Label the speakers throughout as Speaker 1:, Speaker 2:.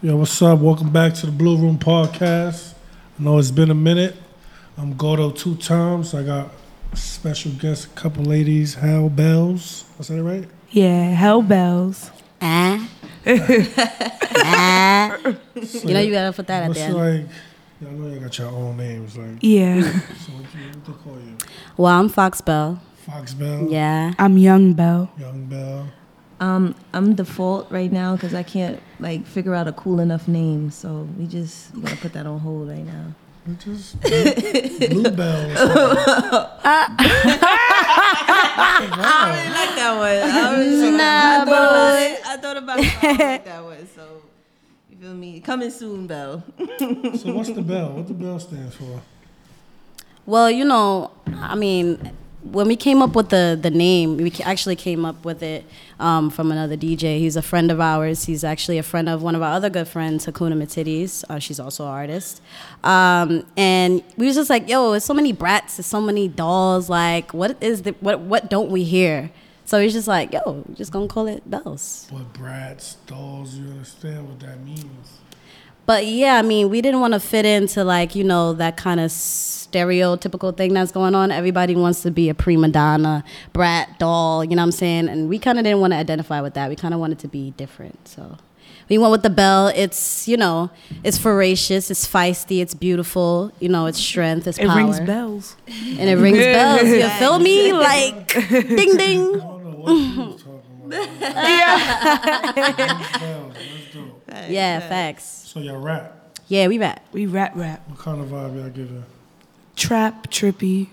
Speaker 1: Yo, what's up? Welcome back to the Blue Room Podcast. I know it's been a minute. I'm Gordo two times. I got special guests, a couple ladies, Hal Bells. I said it right?
Speaker 2: Yeah, hell bells.
Speaker 3: Ah. ah.
Speaker 1: So,
Speaker 3: You know you gotta put that at
Speaker 1: what's
Speaker 3: the end.
Speaker 1: like, y'all know you got your own names. Like,
Speaker 2: Yeah,
Speaker 1: so what, you, what they call you?
Speaker 3: Well, I'm Fox Bell.
Speaker 1: Fox Bell?
Speaker 3: Yeah.
Speaker 2: I'm Young Bell.
Speaker 1: Young Bell?
Speaker 4: Um, I'm default right now because I can't like figure out a cool enough name. So we just we gotta put that on hold right now.
Speaker 1: We just Blue Bell. or something. wow.
Speaker 4: like that one. I, was,
Speaker 3: Nah,
Speaker 4: thought, I thought about I like that one. So you feel me? Coming soon, Bell.
Speaker 1: So what's the bell? What the bell stands for?
Speaker 3: Well, you know, I mean, when we came up with the, the name, we ca- actually came up with it um, from another DJ. He's a friend of ours. He's actually a friend of one of our other good friends, Hakuna Matidis. Uh, she's also an artist. Um, and we was just like, yo, it's so many brats, there's so many dolls. Like, what is the, what, what don't we hear? So he's just like, yo, we're just gonna call it Bells.
Speaker 1: What brats, dolls, you understand what that means?
Speaker 3: But yeah, I mean, we didn't want to fit into like, you know, that kind of stereotypical thing that's going on. Everybody wants to be a prima donna, brat, doll, you know what I'm saying? And we kind of didn't want to identify with that. We kind of wanted to be different. So we went with the bell. It's, you know, it's voracious, it's feisty, it's beautiful, you know, it's strength, it's
Speaker 2: It
Speaker 3: power.
Speaker 2: rings bells.
Speaker 3: And it rings bells. You feel me? Like, ding
Speaker 1: I
Speaker 3: ding.
Speaker 1: don't know what you was talking about. Bells, let's do it.
Speaker 3: Yeah, facts.
Speaker 1: So y'all rap.
Speaker 3: Yeah, we back.
Speaker 2: We rap rap.
Speaker 1: What kind of vibe y'all giving?
Speaker 2: Trap, trippy.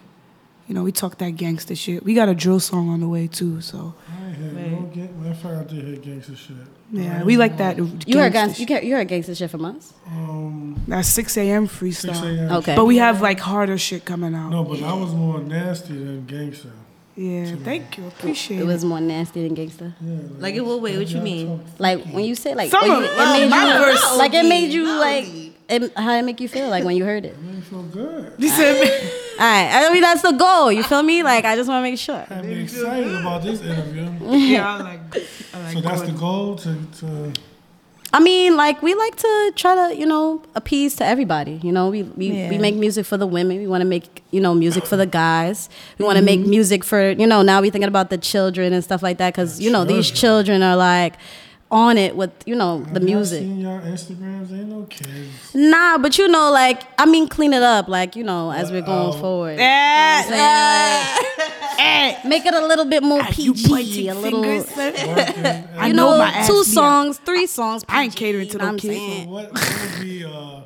Speaker 2: You know, we talk that gangster shit. We got a drill song on the way too, so
Speaker 1: I ain't hear no get. Matter of fact, I did hear gangster shit.
Speaker 2: yeah, we like that.
Speaker 3: You heard, guys,
Speaker 2: gangsta shit.
Speaker 3: you ca- you heard gangster shit from us?
Speaker 1: Um,
Speaker 2: That 6 a.m.
Speaker 1: 6
Speaker 2: freestyle.
Speaker 1: a.m.
Speaker 3: Okay.
Speaker 2: But we have like harder shit coming out.
Speaker 1: No, but I was more nasty than gangster.
Speaker 2: Yeah, thank you. Appreciate
Speaker 3: It was more nasty than gangster.
Speaker 1: Yeah,
Speaker 4: Like it will wait. What you
Speaker 1: y'all
Speaker 4: mean?
Speaker 1: talk-
Speaker 3: Like when you say like,
Speaker 2: Some
Speaker 3: oh,
Speaker 2: of-
Speaker 3: you-
Speaker 2: oh,
Speaker 3: it made
Speaker 2: my verse
Speaker 3: you
Speaker 2: so
Speaker 3: like it made you
Speaker 4: deep.
Speaker 3: like
Speaker 4: Lousy.
Speaker 3: it, how did it make you feel like when you heard it?
Speaker 1: It made me feel good.
Speaker 2: You said,
Speaker 3: All right, I mean that's the goal. You feel me? Like I just want to make sure.
Speaker 1: I'm excited about this interview.
Speaker 2: yeah, I like, I like
Speaker 1: So that's the
Speaker 2: going.
Speaker 1: goal to, to
Speaker 3: I mean, like we like to try to you know appease to everybody. You know, we we, we
Speaker 4: Yeah.
Speaker 3: make music for the women. We want to make you know music for the guys. We want to
Speaker 2: Mm-hmm.
Speaker 3: make music for you know now we thinking about the children and stuff like that because you know these children are like on it with you know the
Speaker 1: Have y'all
Speaker 3: music.
Speaker 1: Seen y'all Instagrams? Ain't no kids.
Speaker 3: Nah, but you know, like I mean, clean it up, like you know, as we're going forward.
Speaker 2: Yeah,
Speaker 3: Make it a little bit more
Speaker 2: Eh, you
Speaker 3: PG,
Speaker 2: pointing
Speaker 3: a little.
Speaker 2: fingers.
Speaker 3: You
Speaker 2: son.
Speaker 1: Working.
Speaker 2: I know
Speaker 3: know,
Speaker 2: my ass
Speaker 3: two
Speaker 2: beat up.
Speaker 3: songs, three songs.
Speaker 2: I ain't
Speaker 3: PG,
Speaker 2: catering to
Speaker 3: you know
Speaker 2: no
Speaker 3: what I'm
Speaker 2: kids.
Speaker 3: saying?
Speaker 1: uh, what, what would be uh,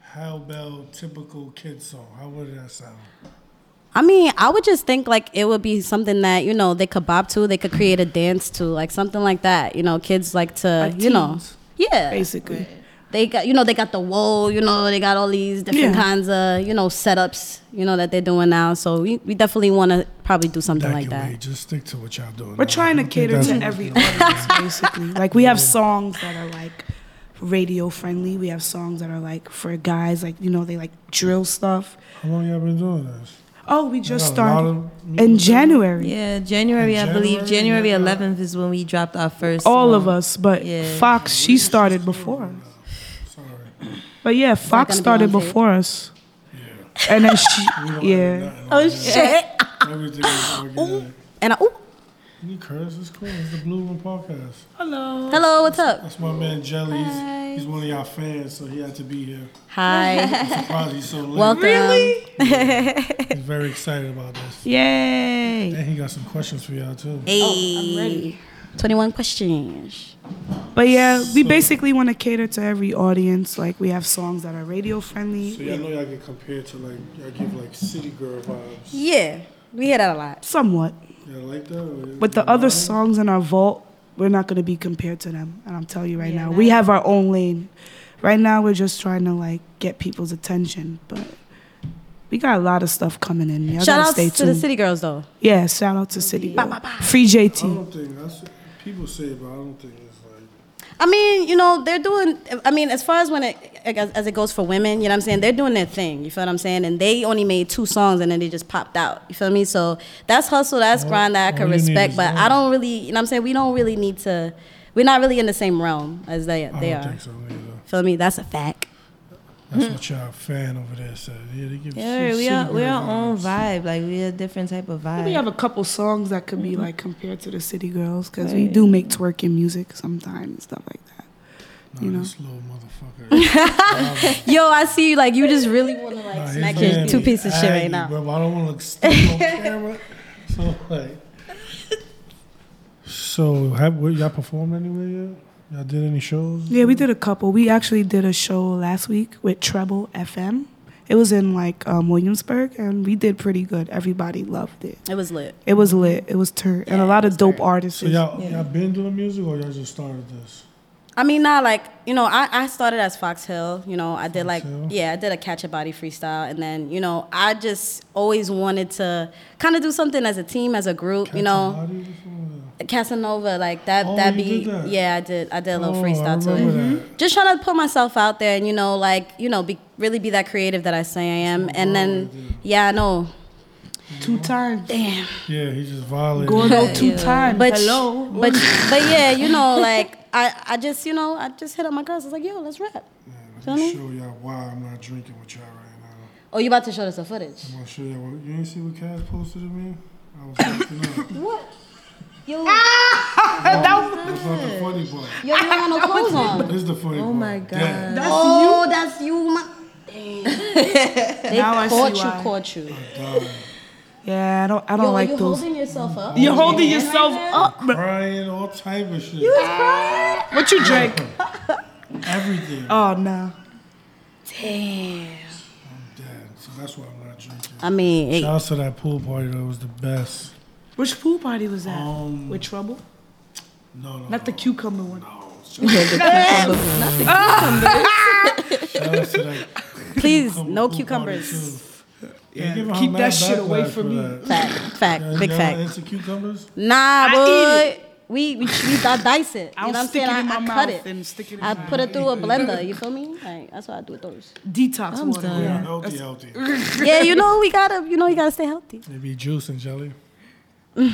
Speaker 1: How Bell typical kid song? How would that sound?
Speaker 3: I mean, I would just think like it would be something that you know they could bop to, they could create a dance to, like something like that. You know, kids like to,
Speaker 2: Like
Speaker 3: you know,
Speaker 2: teens,
Speaker 3: yeah.
Speaker 2: Basically.
Speaker 3: They got you know they got the whoa, you know they got all these different
Speaker 2: Yeah.
Speaker 3: kinds of you know setups you know that they're doing now. So we, we definitely want to probably do something
Speaker 1: That
Speaker 3: like
Speaker 1: can
Speaker 3: that.
Speaker 1: wait. Just stick to what y'all doing.
Speaker 2: We're
Speaker 1: now.
Speaker 2: trying
Speaker 1: I think
Speaker 2: to cater
Speaker 1: that's
Speaker 2: to
Speaker 1: what-
Speaker 2: every audience, basically. Like we have songs that are like radio friendly. We have songs that are like for guys, like you know they like drill stuff.
Speaker 1: How long y'all been doing this?
Speaker 2: Oh, we just
Speaker 1: Got a lot
Speaker 2: started
Speaker 1: of
Speaker 2: in
Speaker 1: music?
Speaker 2: January.
Speaker 4: Yeah, January, I believe
Speaker 1: January,
Speaker 4: January
Speaker 1: yeah.
Speaker 4: 11th is when we dropped our first.
Speaker 2: All
Speaker 4: song.
Speaker 2: of us, but
Speaker 4: Yeah.
Speaker 2: Fox she started before. us.
Speaker 1: Sorry.
Speaker 2: But yeah, Fox
Speaker 3: gonna be
Speaker 2: started
Speaker 3: on tape?
Speaker 2: before us,
Speaker 1: Yeah.
Speaker 2: and then she yeah.
Speaker 1: Yeah.
Speaker 3: Oh shit!
Speaker 1: Everything is organic.
Speaker 3: And I, Uh, ooh,
Speaker 1: You curse, it's cool. It's the Blue Room Podcast.
Speaker 2: Hello.
Speaker 3: hello, what's up?
Speaker 1: That's my man Jelly. He's- He's, one of y'all fans, so he had to be here.
Speaker 3: Hi,
Speaker 1: Surprised he's so late.
Speaker 3: welcome.
Speaker 2: Oh,
Speaker 1: He's very excited about this.
Speaker 2: Yay.
Speaker 1: And he got some questions for y'all too.
Speaker 3: I'm ready. Twenty-one questions.
Speaker 2: But yeah, we
Speaker 1: So-
Speaker 2: basically want to cater to every audience. Like we have songs that are radio friendly.
Speaker 1: So y'all know y'all get compared to like y'all give like city girl vibes.
Speaker 3: Yeah, we hear that a lot.
Speaker 2: Somewhat.
Speaker 1: Y'all like that? Or
Speaker 2: But the other songs in our vault, we're not going to be compared to them. And I'm telling you right now, we have our own lane. Right now, we're just trying to like get people's attention, but we got a lot of stuff coming in. Y'all
Speaker 3: Shout
Speaker 2: gotta
Speaker 3: out
Speaker 2: stay
Speaker 3: to the
Speaker 2: tuned.
Speaker 3: city girls though.
Speaker 2: Yeah, shout out to City. Girl. Free
Speaker 1: I
Speaker 3: Oh.
Speaker 2: JT.
Speaker 1: don't think that's people say, it, but I don't think it's like
Speaker 3: I mean, you know, they're doing. I mean, as far as when it as, as it goes for women, you know what I'm saying? They're doing their thing. You feel what I'm saying? And they only made two songs and then they just popped out. You feel me? So that's hustle, that's
Speaker 1: All-
Speaker 3: grind that I can
Speaker 1: all you need
Speaker 3: respect.
Speaker 1: is
Speaker 3: But I
Speaker 1: love.
Speaker 3: don't really, you know what I'm saying? We don't really need to We're not really in the same realm as they
Speaker 1: I
Speaker 3: they
Speaker 1: don't
Speaker 3: are.
Speaker 1: think so either.
Speaker 3: Feel me? That's a fact. Hmm.
Speaker 1: That's what y'all fan over there said. Yeah, they give
Speaker 4: Yeah,
Speaker 1: city-
Speaker 4: we
Speaker 1: city
Speaker 4: are we
Speaker 1: girl
Speaker 4: our own
Speaker 1: vibes.
Speaker 4: vibe. Like we a different type of vibe.
Speaker 2: We have a couple songs that could be like compared to the City Girls because we do make twerking music sometimes and stuff like that.
Speaker 1: Nah,
Speaker 2: you know.
Speaker 1: this little motherfucker.
Speaker 3: Yo, I see you. Like you just really want to like
Speaker 1: Nah, his
Speaker 3: smack
Speaker 1: man
Speaker 3: your two
Speaker 1: be
Speaker 3: pieces shit
Speaker 1: aggy,
Speaker 3: right now.
Speaker 1: bro, but I don't want to look stupid on camera. So like, so have what, y'all performed anywhere yet? Y'all did any shows?
Speaker 2: Yeah, we did a couple. We actually did a show last week with Treble FM. It was in like um, Williamsburg, and we did pretty good. Everybody loved it.
Speaker 3: It was lit.
Speaker 2: It was lit. It was turd, and a lot of dope artists.
Speaker 1: So y'all
Speaker 4: Yeah.
Speaker 1: y'all been doing music or y'all just started this?
Speaker 3: I mean, not like you know. I, I started as Fox Hill. You know, I did like
Speaker 1: Hill.
Speaker 3: yeah, I did a catch a body freestyle, and then you know, I just always wanted to kind of do something as a team, as a group. you know,
Speaker 1: Catch a body before?
Speaker 3: Casanova like that.
Speaker 1: Oh,
Speaker 3: that
Speaker 1: you
Speaker 3: beat.
Speaker 1: did that?
Speaker 3: Yeah, I did. I did a little
Speaker 1: Oh, I
Speaker 3: freestyle to it. Mm-hmm.
Speaker 1: remember that.
Speaker 3: Just trying to put myself out there, and you know, like you know, be really be that creative that I say I am, and then yeah, I know.
Speaker 2: Two times,
Speaker 3: Damn.
Speaker 1: Yeah, he just violated.
Speaker 2: Gordo, two
Speaker 4: Yeah.
Speaker 2: times.
Speaker 3: But
Speaker 2: Hello,
Speaker 3: but but yeah, you know, like I I just you know I just hit up my girls. I was like, yo, let's rap.
Speaker 1: Man,
Speaker 3: Feel
Speaker 1: let me
Speaker 3: me?
Speaker 1: show y'all why I'm not drinking with y'all right now.
Speaker 3: Oh, you about to show us the footage?
Speaker 1: I'm gonna show y'all. What, you ain't see what Cass posted to me? I was acting up.
Speaker 3: What? Yo,
Speaker 1: That's not the funny part.
Speaker 3: yo, you don't have no clothes on.
Speaker 1: This is the funny part.
Speaker 4: oh my god.
Speaker 1: That-
Speaker 3: oh, that's you, my. Dang. they
Speaker 2: Now I see
Speaker 3: caught you,
Speaker 2: why.
Speaker 3: caught you.
Speaker 1: God,
Speaker 2: yeah, I don't, I don't
Speaker 3: Yo,
Speaker 2: like
Speaker 3: you
Speaker 2: those.
Speaker 3: holding yourself up?
Speaker 2: You're holding yourself up. bro.
Speaker 1: crying, all type of shit.
Speaker 2: What you drink?
Speaker 1: Everything.
Speaker 2: Oh no.
Speaker 3: Damn.
Speaker 1: I'm dead. So that's why I'm not drinking.
Speaker 3: I mean,
Speaker 1: Shout
Speaker 3: it,
Speaker 1: out to that pool party though. It was the best.
Speaker 2: Which pool party was that?
Speaker 1: Um,
Speaker 2: With trouble?
Speaker 1: No, no.
Speaker 2: Not the
Speaker 1: no.
Speaker 2: cucumber one.
Speaker 1: Shout out to that
Speaker 3: please,
Speaker 1: pool
Speaker 3: no
Speaker 1: party,
Speaker 3: cucumbers.
Speaker 1: too. They giving her
Speaker 2: keep
Speaker 1: mad
Speaker 2: that shit
Speaker 1: backlash
Speaker 2: away from
Speaker 1: for
Speaker 2: me.
Speaker 1: that.
Speaker 3: Fact, fact,
Speaker 1: Yeah,
Speaker 3: big
Speaker 1: y'all
Speaker 3: fact.
Speaker 1: Into cucumbers.
Speaker 3: Nah,
Speaker 2: I
Speaker 3: boy. We, we, we, I dice it. You know
Speaker 2: I'll
Speaker 3: what I'm
Speaker 2: stick
Speaker 3: saying?
Speaker 2: it
Speaker 3: I,
Speaker 2: in my
Speaker 3: I
Speaker 2: mouth
Speaker 3: cut it.
Speaker 2: and stick it in
Speaker 3: I
Speaker 2: my
Speaker 3: put it through a blender. You feel me? Like, that's what I do with those.
Speaker 2: Detox
Speaker 4: I'm
Speaker 2: water.
Speaker 4: done.
Speaker 1: Yeah, healthy, healthy.
Speaker 3: Yeah, you know, we gotta, you know, you gotta stay healthy.
Speaker 1: Maybe juice and jelly. yeah,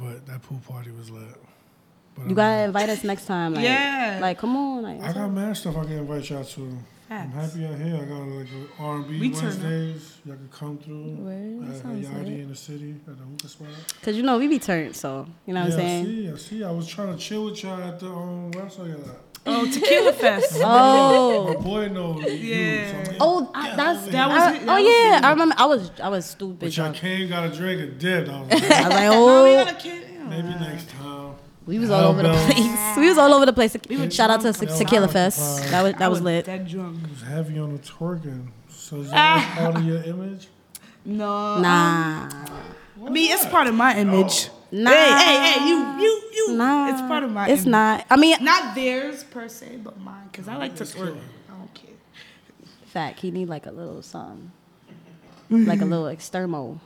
Speaker 1: but that pool party was lit. But um,
Speaker 3: You gotta invite us next time. Like,
Speaker 2: Yeah.
Speaker 3: Like, come on. Like,
Speaker 1: I got mad stuff I can invite y'all to. I'm
Speaker 2: Facts.
Speaker 1: happy out here. I got like a R&B
Speaker 2: We turn up.
Speaker 1: Wednesdays. Y'all can come through.
Speaker 4: Word, that
Speaker 1: At
Speaker 4: sounds
Speaker 1: Hayati
Speaker 4: lit.
Speaker 1: in the city at the hookah spot.
Speaker 3: Cause you know we be turned, so you know what
Speaker 1: yeah,
Speaker 3: I'm saying.
Speaker 1: I see. I see. I was trying to chill with y'all at the um, website. Y'all.
Speaker 2: Oh, Tequila Fest.
Speaker 1: My
Speaker 3: Oh,
Speaker 1: boy knows you. So I'm like,
Speaker 3: oh, I, that's
Speaker 2: That
Speaker 3: that
Speaker 2: was
Speaker 3: was.
Speaker 2: it, that
Speaker 3: oh
Speaker 2: was
Speaker 3: yeah, I remember. I was I was stupid.
Speaker 1: But y'all
Speaker 3: drunk.
Speaker 1: came, got a drink, and dipped. I was like,
Speaker 3: I was like, oh,
Speaker 1: maybe next time.
Speaker 3: we was all over the
Speaker 1: Cowbell.
Speaker 3: place. We was all over the place. Shout out to
Speaker 1: drunk, yo.
Speaker 3: Tequila
Speaker 1: Wow.
Speaker 3: Fest. That was that was lit.
Speaker 2: Oh, That drunk.
Speaker 1: It was heavy on the twerking. So is that part of your image?
Speaker 2: No.
Speaker 3: Nah,
Speaker 2: I mean, it's part of my image.
Speaker 3: nah,
Speaker 2: Hey, hey, hey, you, you, you.
Speaker 3: nah.
Speaker 2: It's part of my
Speaker 3: It's
Speaker 2: image.
Speaker 3: not. I mean,
Speaker 2: Not theirs per se, but mine, because I like to twerk. I don't care.
Speaker 3: fact. He need like a little something, like a little extermo.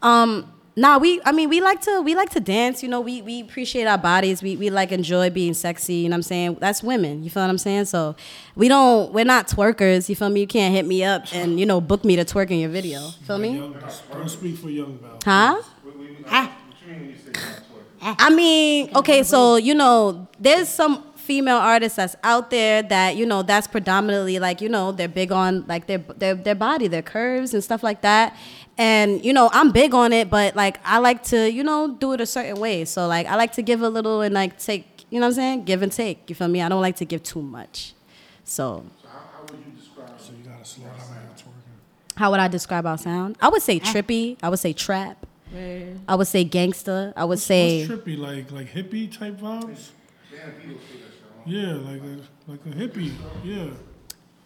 Speaker 3: Um, nah, we. I mean, we like to we like to dance. You know, we we appreciate our bodies. We we like enjoy being sexy. You know what I'm saying? That's women. You feel what I'm saying? So we don't. We're not twerkers. You feel me? You can't hit me up and you know book me to twerk in your video. Feel me?
Speaker 1: Young, don't speak for Young Bell.
Speaker 3: Huh?
Speaker 5: What, what, what,
Speaker 3: Ah.
Speaker 5: what you mean when you say not twerking?
Speaker 3: I mean, okay, so you know, there's some female artists that's out there that you know that's predominantly like you know they're big on like their their their body, their curves and stuff like that. And you know, I'm big on it, but like I like to you know do it a certain way. So like I like to give a little and like take, you know what I'm saying, give and take. You feel me? I don't like to give too much. So
Speaker 1: So you gotta slow down your twerking.
Speaker 3: how would I describe our sound? I would say trippy. I would say trap. I would say gangster. I would say
Speaker 1: It's trippy, like like hippie type vibes. Yeah, like a, like a hippie. Yeah.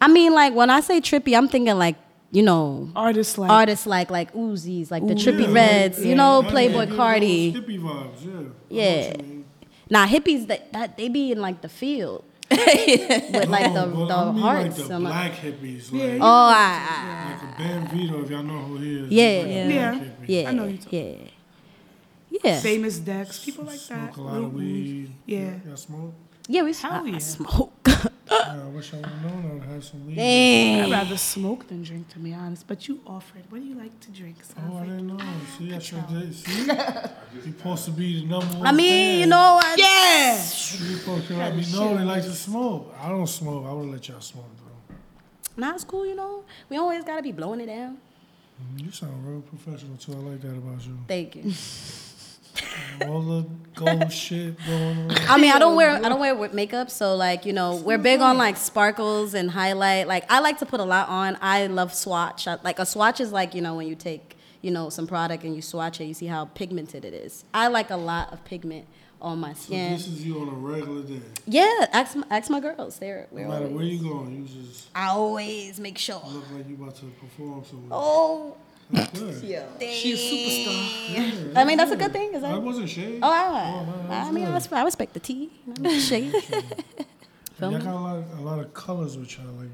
Speaker 3: I mean, like when I say trippy, I'm thinking like you know
Speaker 2: Artists like.
Speaker 3: artists like like Uzis, like the
Speaker 1: yeah,
Speaker 3: Trippy
Speaker 1: like-
Speaker 3: Reds, you know,
Speaker 1: Yeah,
Speaker 3: Playboy
Speaker 1: those
Speaker 3: Cardi.
Speaker 1: Hippie vibes. Yeah. I know what
Speaker 3: Yeah.
Speaker 1: you mean.
Speaker 3: Nah, hippies that, that they be in like the field with like the
Speaker 1: No, but
Speaker 3: the
Speaker 1: Oh, I mean,
Speaker 3: hearts
Speaker 1: Like the
Speaker 3: and like.
Speaker 1: black hippies. Like,
Speaker 3: Oh, I, I,
Speaker 1: like a Bam Vito, if y'all know who he is.
Speaker 3: Yeah,
Speaker 1: He's like
Speaker 4: yeah.
Speaker 1: a
Speaker 2: Yeah.
Speaker 1: black hippie.
Speaker 3: yeah,
Speaker 2: I know you're talking
Speaker 3: yeah, yeah, yeah.
Speaker 2: Famous Dex, people like that.
Speaker 1: Smoke a lot of
Speaker 2: Lil Uzi.
Speaker 1: weed.
Speaker 2: Yeah.
Speaker 1: Y'all smoke?
Speaker 3: We
Speaker 2: Hell
Speaker 3: I- I
Speaker 2: yeah.
Speaker 3: smoke.
Speaker 1: Yeah, I wish I would have known I would have some weed.
Speaker 2: I'd
Speaker 3: Dang.
Speaker 2: rather smoke than drink, to be honest. But you offered. What do you like to drink? So I
Speaker 1: Oh, I
Speaker 2: was like,
Speaker 1: didn't know. See, I should have See? You're supposed to be the number one.
Speaker 3: I mean, you know, I, yeah.
Speaker 1: People can let me know they like to smoke. I don't smoke. I would let y'all smoke, though.
Speaker 3: Nah, it's cool, you know. We always gotta be blowing it down.
Speaker 1: Mm, You sound real professional, too. I like that about you.
Speaker 3: Thank you.
Speaker 1: All the gold shit going on.
Speaker 3: I mean, I don't wear I don't wear wi- makeup, so like you know, we're big on like sparkles and highlight. Like I like to put a lot on. I love swatch. I, like a swatch is like you know when you take you know some product and you swatch it, you see how pigmented it is. I like a lot of pigment on my
Speaker 1: So
Speaker 3: skin.
Speaker 1: this is you on a regular day.
Speaker 3: Yeah, ask my, ask my girls. They're
Speaker 1: No
Speaker 3: we're
Speaker 1: matter where
Speaker 3: always,
Speaker 1: you Mm. going, you just
Speaker 3: I always make sure.
Speaker 1: look like you about to perform somewhere.
Speaker 3: Oh,
Speaker 1: That's good.
Speaker 2: She's a superstar.
Speaker 3: I mean that's a good thing. Is
Speaker 1: I
Speaker 3: that?
Speaker 1: wasn't shady.
Speaker 3: Oh, I,
Speaker 1: Oh, man,
Speaker 3: I
Speaker 1: that's
Speaker 3: mean I
Speaker 1: good.
Speaker 3: respect, I respect the tea. you know, shade.
Speaker 1: Y'all got a lot, a lot of colors with y'all. Like,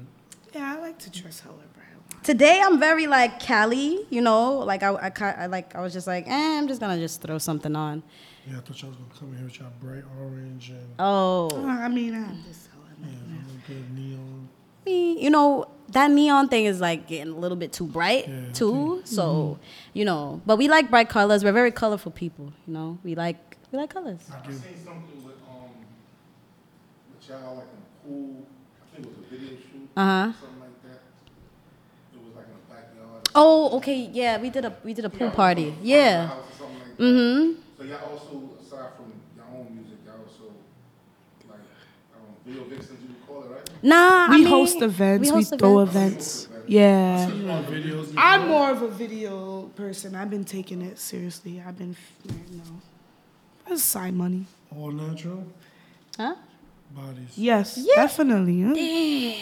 Speaker 2: Yeah, I like to dress however I want.
Speaker 3: Today I'm very like Cali, you know, like I, I, ca- I like I was just like, eh, I'm just gonna just throw something on.
Speaker 1: yeah, I thought y'all was gonna come in here with y'all bright orange and
Speaker 3: Oh,
Speaker 2: I mean, I'm just however.
Speaker 1: yeah, real good neon.
Speaker 3: me, you know that neon thing is like getting a little bit too bright
Speaker 1: Yeah,
Speaker 3: too. So,
Speaker 2: Mm-hmm.
Speaker 3: you know, but we like bright colors. We're very colorful people, you know. We like we like colors.
Speaker 1: I
Speaker 5: I
Speaker 1: give
Speaker 5: seen something with um with y'all like in a pool. I think it was a video shoot,
Speaker 3: Uh huh.
Speaker 5: something like that. It was like in a backyard.
Speaker 3: Oh, okay, yeah, we did a we did a pool
Speaker 5: Y'all
Speaker 3: party.
Speaker 5: was in a
Speaker 3: Yeah.
Speaker 5: house or something like that.
Speaker 3: Mm
Speaker 5: So y'all also, aside from your own music, y'all also like um, I don't know, video vixens you would call it, right?
Speaker 3: hmm. Nah, I
Speaker 2: We
Speaker 3: mean,
Speaker 2: host events. We,
Speaker 3: host
Speaker 2: throw
Speaker 3: events.
Speaker 2: events. Yeah.
Speaker 1: you on videos.
Speaker 3: Mm-hmm.
Speaker 2: I'm more of a video person. I've been taking it seriously. I've been, you know, that's side money.
Speaker 1: All natural
Speaker 3: Huh?
Speaker 1: bodies.
Speaker 2: Yes, definitely. huh?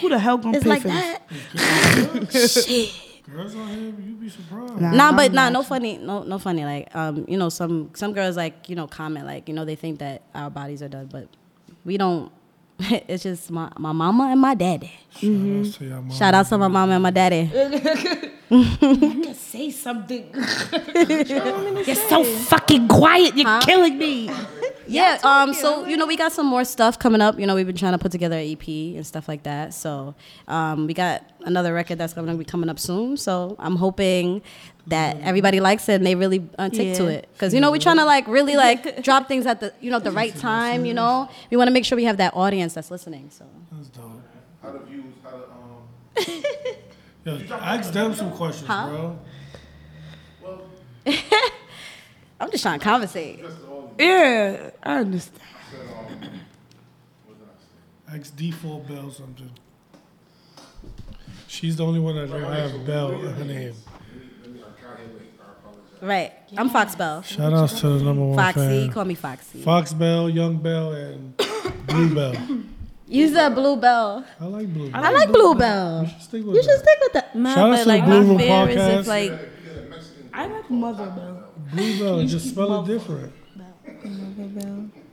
Speaker 2: Who the hell gonna
Speaker 3: It's
Speaker 2: pay
Speaker 3: like
Speaker 2: for this?
Speaker 3: that.
Speaker 1: Girls on here, you'd be surprised.
Speaker 2: Nah.
Speaker 3: Nah,
Speaker 2: I'm
Speaker 3: but nah,
Speaker 2: not-
Speaker 3: no funny, no, no funny. Like, um, you know, some some girls like you know comment like you know they think that our bodies are done, but we don't. it's just my my mama and my daddy.
Speaker 1: Shout
Speaker 2: mm-hmm.
Speaker 1: outs to y'all mom.
Speaker 3: Shout out to my mama and my daddy.
Speaker 4: Say something.
Speaker 6: You're so fucking quiet. You're killing me.
Speaker 3: Yeah. um. So you know we got some more stuff coming up. You know we've been trying to put together an EP and stuff like that. So, um, we got another record that's going to be coming up soon. So I'm hoping that everybody likes it and they really uh, take to
Speaker 4: Yeah.
Speaker 3: it because you know we're trying to like really like drop things at the you know the right time. You know we want to make sure we have that audience that's listening. So.
Speaker 1: That's dope.
Speaker 5: How the views, how the um
Speaker 1: Yo, ask them some questions, bro.
Speaker 3: I'm just trying to conversate.
Speaker 2: Yeah, I understand.
Speaker 1: Ask D4 Bell something. She's the only one that don't have Bell in her name.
Speaker 3: Right. I'm Fox Bell.
Speaker 1: Shout outs to the number one
Speaker 3: Foxy.
Speaker 1: fan.
Speaker 3: Call me Foxy.
Speaker 1: Fox Bell, Young Bell, and Blue Bell.
Speaker 3: Use a blue bell.
Speaker 1: I like Blue Bell.
Speaker 3: I like blue bell.
Speaker 1: You should stick with
Speaker 3: You should
Speaker 1: that.
Speaker 3: stick with that.
Speaker 4: My,
Speaker 1: Shout out
Speaker 4: but
Speaker 1: to
Speaker 4: like
Speaker 1: Blue Room
Speaker 4: my fear is
Speaker 1: Podcast.
Speaker 4: if like
Speaker 2: I like Mother Bell.
Speaker 1: Blue Bell, just spell it different.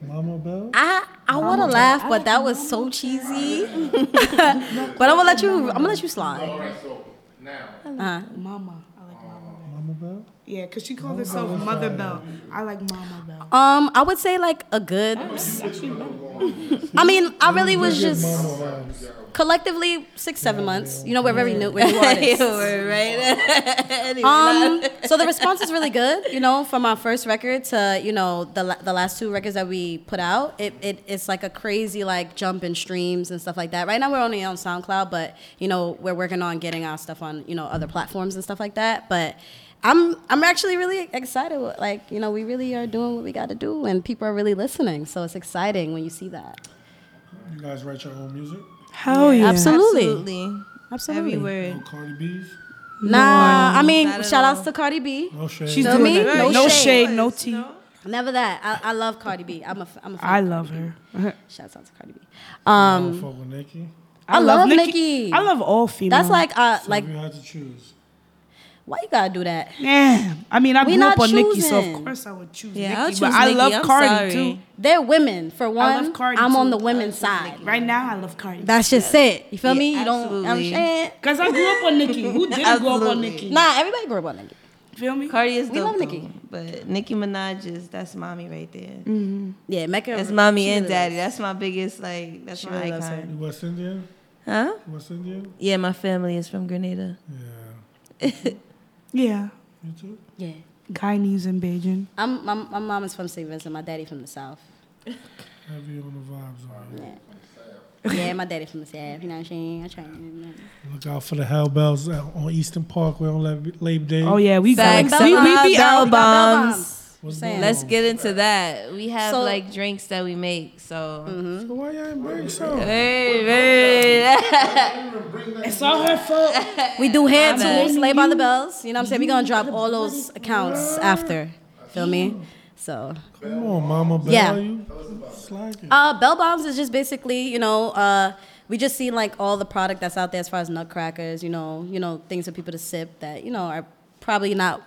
Speaker 1: Mama Bell?
Speaker 3: I I want to laugh, but that was so cheesy. but I'm gonna let you. I'm gonna let you slide.
Speaker 5: alright, so now
Speaker 3: Uh-huh.
Speaker 2: Mama. I like Mama Bell.
Speaker 1: Mama Bell?
Speaker 2: Yeah, because she called herself Mother Bell. I like Mama Bell.
Speaker 3: Um, I would say like a good. I mean, I really was just
Speaker 1: Mama Bell.
Speaker 3: collectively six, seven months. You know, we're very new. We're new
Speaker 4: You
Speaker 3: artists.
Speaker 4: were right. Anyway,
Speaker 3: Um, so the response is really good, you know, from our first record to, you know, the, la- the last two records that we put out. It, it, it's like a crazy, like, jump in streams and stuff like that. Right now, we're only on SoundCloud, but, you know, we're working on getting our stuff on, you know, other platforms and stuff like that. But I'm, I'm actually really excited. Like, you know, we really are doing what we got to do, and people are really listening. So it's exciting when you see that.
Speaker 1: You guys write your own music?
Speaker 2: Hell yeah.
Speaker 3: absolutely.
Speaker 4: absolutely.
Speaker 3: Absolutely.
Speaker 4: Every
Speaker 1: No
Speaker 4: word.
Speaker 1: Cardi B's?
Speaker 3: Nah, I mean,
Speaker 4: not at
Speaker 3: shout outs
Speaker 4: all.
Speaker 3: to Cardi B.
Speaker 1: No shade.
Speaker 2: She's
Speaker 3: Feel
Speaker 2: doing
Speaker 3: me?
Speaker 2: it right.
Speaker 3: No
Speaker 2: No
Speaker 3: shade.
Speaker 2: shade, no tea.
Speaker 3: Never that. I, I love Cardi B. I'm a, f- I'm a fan.
Speaker 2: I
Speaker 3: of Cardi
Speaker 2: love
Speaker 3: B.
Speaker 2: her.
Speaker 3: Shouts out to Cardi B. Um,
Speaker 1: don't fuck with Nicki.
Speaker 3: I, love, Nicki.
Speaker 2: I love all females.
Speaker 3: That's like, uh,
Speaker 1: So
Speaker 3: like,
Speaker 1: if you had to choose.
Speaker 3: why you gotta do that?
Speaker 2: Yeah, I mean, I
Speaker 3: We
Speaker 2: grew
Speaker 3: not
Speaker 2: up on Nicki, so
Speaker 3: choosing.
Speaker 2: of course I would choose
Speaker 4: Yeah,
Speaker 2: Nicki.
Speaker 4: I'll
Speaker 2: but
Speaker 4: choose
Speaker 2: I
Speaker 4: Nicki.
Speaker 2: love
Speaker 4: I'm
Speaker 2: Cardi
Speaker 4: sorry.
Speaker 2: too.
Speaker 3: They're women for
Speaker 2: love
Speaker 3: one.
Speaker 2: Cardi,
Speaker 3: I'm on
Speaker 2: too.
Speaker 3: the
Speaker 2: I
Speaker 3: women's side.
Speaker 2: Right now, I love Cardi.
Speaker 3: That's just it. You feel
Speaker 4: Yeah,
Speaker 3: me? You don't. I'm
Speaker 4: absolutely.
Speaker 3: saying.
Speaker 2: Because I grew up on Nicki. Who didn't grow up on Nicki?
Speaker 3: Nah, everybody grew up on Nicki.
Speaker 2: Feel me?
Speaker 4: Cardi is
Speaker 3: We
Speaker 4: dope,
Speaker 3: love
Speaker 4: though,
Speaker 3: Nicki.
Speaker 4: but Nicki Minaj is that's mommy right there.
Speaker 3: Mm. Yeah, Mecca.
Speaker 4: That's mommy
Speaker 3: she
Speaker 4: and
Speaker 3: really
Speaker 4: daddy.
Speaker 3: loves-
Speaker 4: That's my biggest like. That's
Speaker 3: She
Speaker 4: my
Speaker 3: really loves
Speaker 4: icon.
Speaker 1: You West Indian?
Speaker 4: Huh?
Speaker 1: West Indian?
Speaker 4: Yeah, my family is from Grenada.
Speaker 1: Yeah.
Speaker 2: Yeah.
Speaker 1: You too?
Speaker 3: Yeah.
Speaker 2: Guyanese and Bajan.
Speaker 3: I'm, my, my mom is from St. Vincent. My daddy from the South.
Speaker 1: Have you on the vibes on you.
Speaker 3: Yeah. Yeah, my daddy from the South. You know what I'm saying? I try. to-
Speaker 1: Look out for the hellbells out on Eastern Parkway on Lab- Labor Day.
Speaker 2: Oh yeah, we
Speaker 4: Facts.
Speaker 2: go.
Speaker 3: Bell
Speaker 2: We, we
Speaker 4: Bell
Speaker 2: be out.
Speaker 3: bombs. Bell bombs.
Speaker 1: What's going
Speaker 3: saying.
Speaker 1: on?
Speaker 4: Let's get into that. We have
Speaker 3: So-
Speaker 4: like drinks that we make. So
Speaker 3: Mm-hmm.
Speaker 1: So why y'all ain't bring some?
Speaker 4: Hey, hey.
Speaker 2: It's all her fault.
Speaker 3: We do hair tools, lay by the bells. You know what I'm saying? We're going to drop all those accounts after. Feel me? So,
Speaker 1: Come on, Mama Bell.
Speaker 3: Yeah.
Speaker 1: You slacking.
Speaker 3: uh, Bell Bombs is just basically, you know, uh, we just see like all the product that's out there as far as nutcrackers, you know, you know, things for people to sip that, you know, are probably not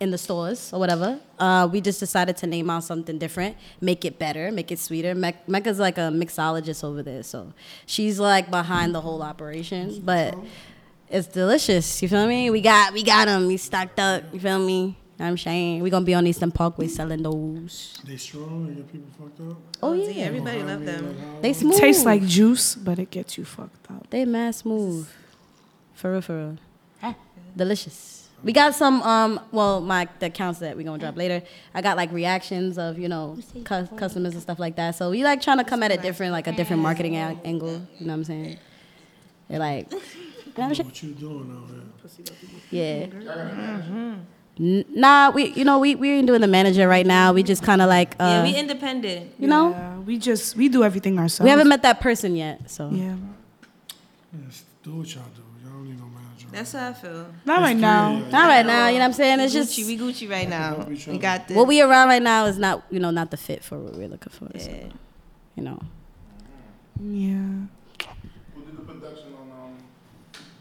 Speaker 3: in the stores or whatever. Uh, we just decided to name out something different, make it better, make it sweeter. Me- Mecca's like a mixologist over there, so she's like behind the whole operation, but it's delicious. You feel me? We got we got them. We stocked up. You feel me? I'm saying we gonna be on Eastern Parkway selling those.
Speaker 1: They strong. They get people fucked up.
Speaker 3: Oh yeah,
Speaker 4: Everybody love them.
Speaker 3: they
Speaker 2: It
Speaker 3: smooth.
Speaker 2: tastes like juice, but it gets you fucked up.
Speaker 3: They mad smooth. For real, for real. Delicious. We got some, um, well, my the accounts that we're gonna drop later. I got like reactions of, you know, cu- customers and stuff like that. So we like trying to come at it different, like a different marketing a- angle. You know what I'm saying? They're like, you know what I'm saying?
Speaker 1: What you doing over there?
Speaker 3: Yeah. N- Nah, we, you know, we, we ain't doing the manager right now. We just kind of like,
Speaker 4: yeah,
Speaker 3: uh,
Speaker 4: we independent.
Speaker 3: you know,
Speaker 2: Yeah, we just we do everything ourselves.
Speaker 3: we haven't met that person yet. So,
Speaker 2: Yeah,
Speaker 1: Yes, do what y'all do. Y'all don't need no manager.
Speaker 4: That's how I feel.
Speaker 2: not right now.
Speaker 3: not right now. You know what I'm saying? It's
Speaker 4: Gucci,
Speaker 3: just,
Speaker 4: we Gucci right now.
Speaker 1: help each
Speaker 4: We
Speaker 1: other.
Speaker 4: got this.
Speaker 3: what we around right now is not you know not the fit for what we're looking for. So,
Speaker 4: Yeah.
Speaker 3: you know,
Speaker 2: Yeah,
Speaker 5: Who did the production on um,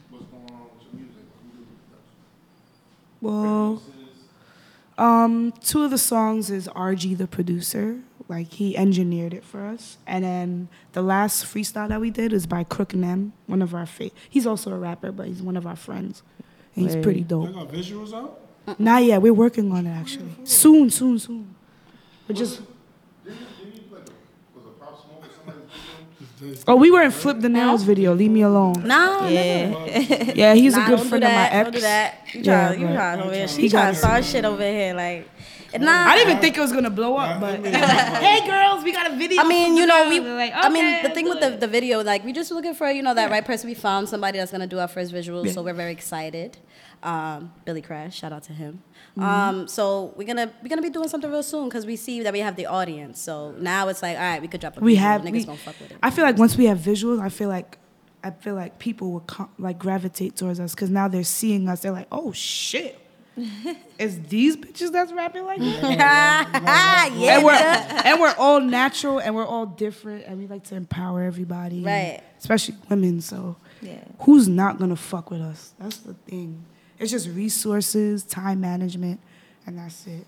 Speaker 5: what's going on with your music? Who did the
Speaker 2: well,
Speaker 5: production? This is-
Speaker 2: um, two of the songs is RG the producer, like he engineered it for us, and then the last freestyle that we did is by Crook and M, one of our fa- He's also a rapper, but he's one of our friends. And he's pretty
Speaker 1: Y'all
Speaker 2: dope.
Speaker 1: got visuals out?
Speaker 2: Not yet. We're working on it actually. Soon, soon, soon. We're just. Oh, we were in Flip the Nails video. Leave me alone.
Speaker 3: nah,
Speaker 4: Yeah.
Speaker 2: Yeah, he's a
Speaker 3: nah,
Speaker 2: good
Speaker 3: don't
Speaker 2: friend
Speaker 3: do
Speaker 2: of my
Speaker 3: that.
Speaker 2: ex.
Speaker 3: Don't do that. You
Speaker 2: Yeah,
Speaker 3: try, you
Speaker 2: right.
Speaker 3: try over here. She
Speaker 2: He got
Speaker 3: trying
Speaker 2: it.
Speaker 3: to start shit over here. Like, nah.
Speaker 2: I didn't even think it was gonna blow up, but hey, girls, we got a video.
Speaker 3: I mean, you know, we.
Speaker 2: They're like,
Speaker 3: I mean,
Speaker 2: okay,
Speaker 3: the thing with the, the video, like, we just looking for you know that right person. We found somebody that's gonna do our first visual, so we're very excited. Um, Billy Crash, shout out to him.
Speaker 2: Mm-hmm.
Speaker 3: Um, so we're gonna we're gonna be doing something real soon because we see that we have the audience. So now it's like, all right, we could drop a
Speaker 2: we
Speaker 3: visual,
Speaker 2: have.
Speaker 3: niggas
Speaker 2: we-
Speaker 3: gonna fuck with it.
Speaker 2: I feel like once we have visuals, I feel like I feel like people will come, like gravitate towards us because now they're seeing us. They're like, oh shit, is these bitches that's rapping like that?
Speaker 3: yeah,
Speaker 2: and we're and we're all natural and we're all different and we like to empower everybody, and
Speaker 3: Right.
Speaker 2: Especially women. So
Speaker 4: Yeah.
Speaker 2: who's not gonna fuck with us? That's the thing. It's just resources, time management, and that's it.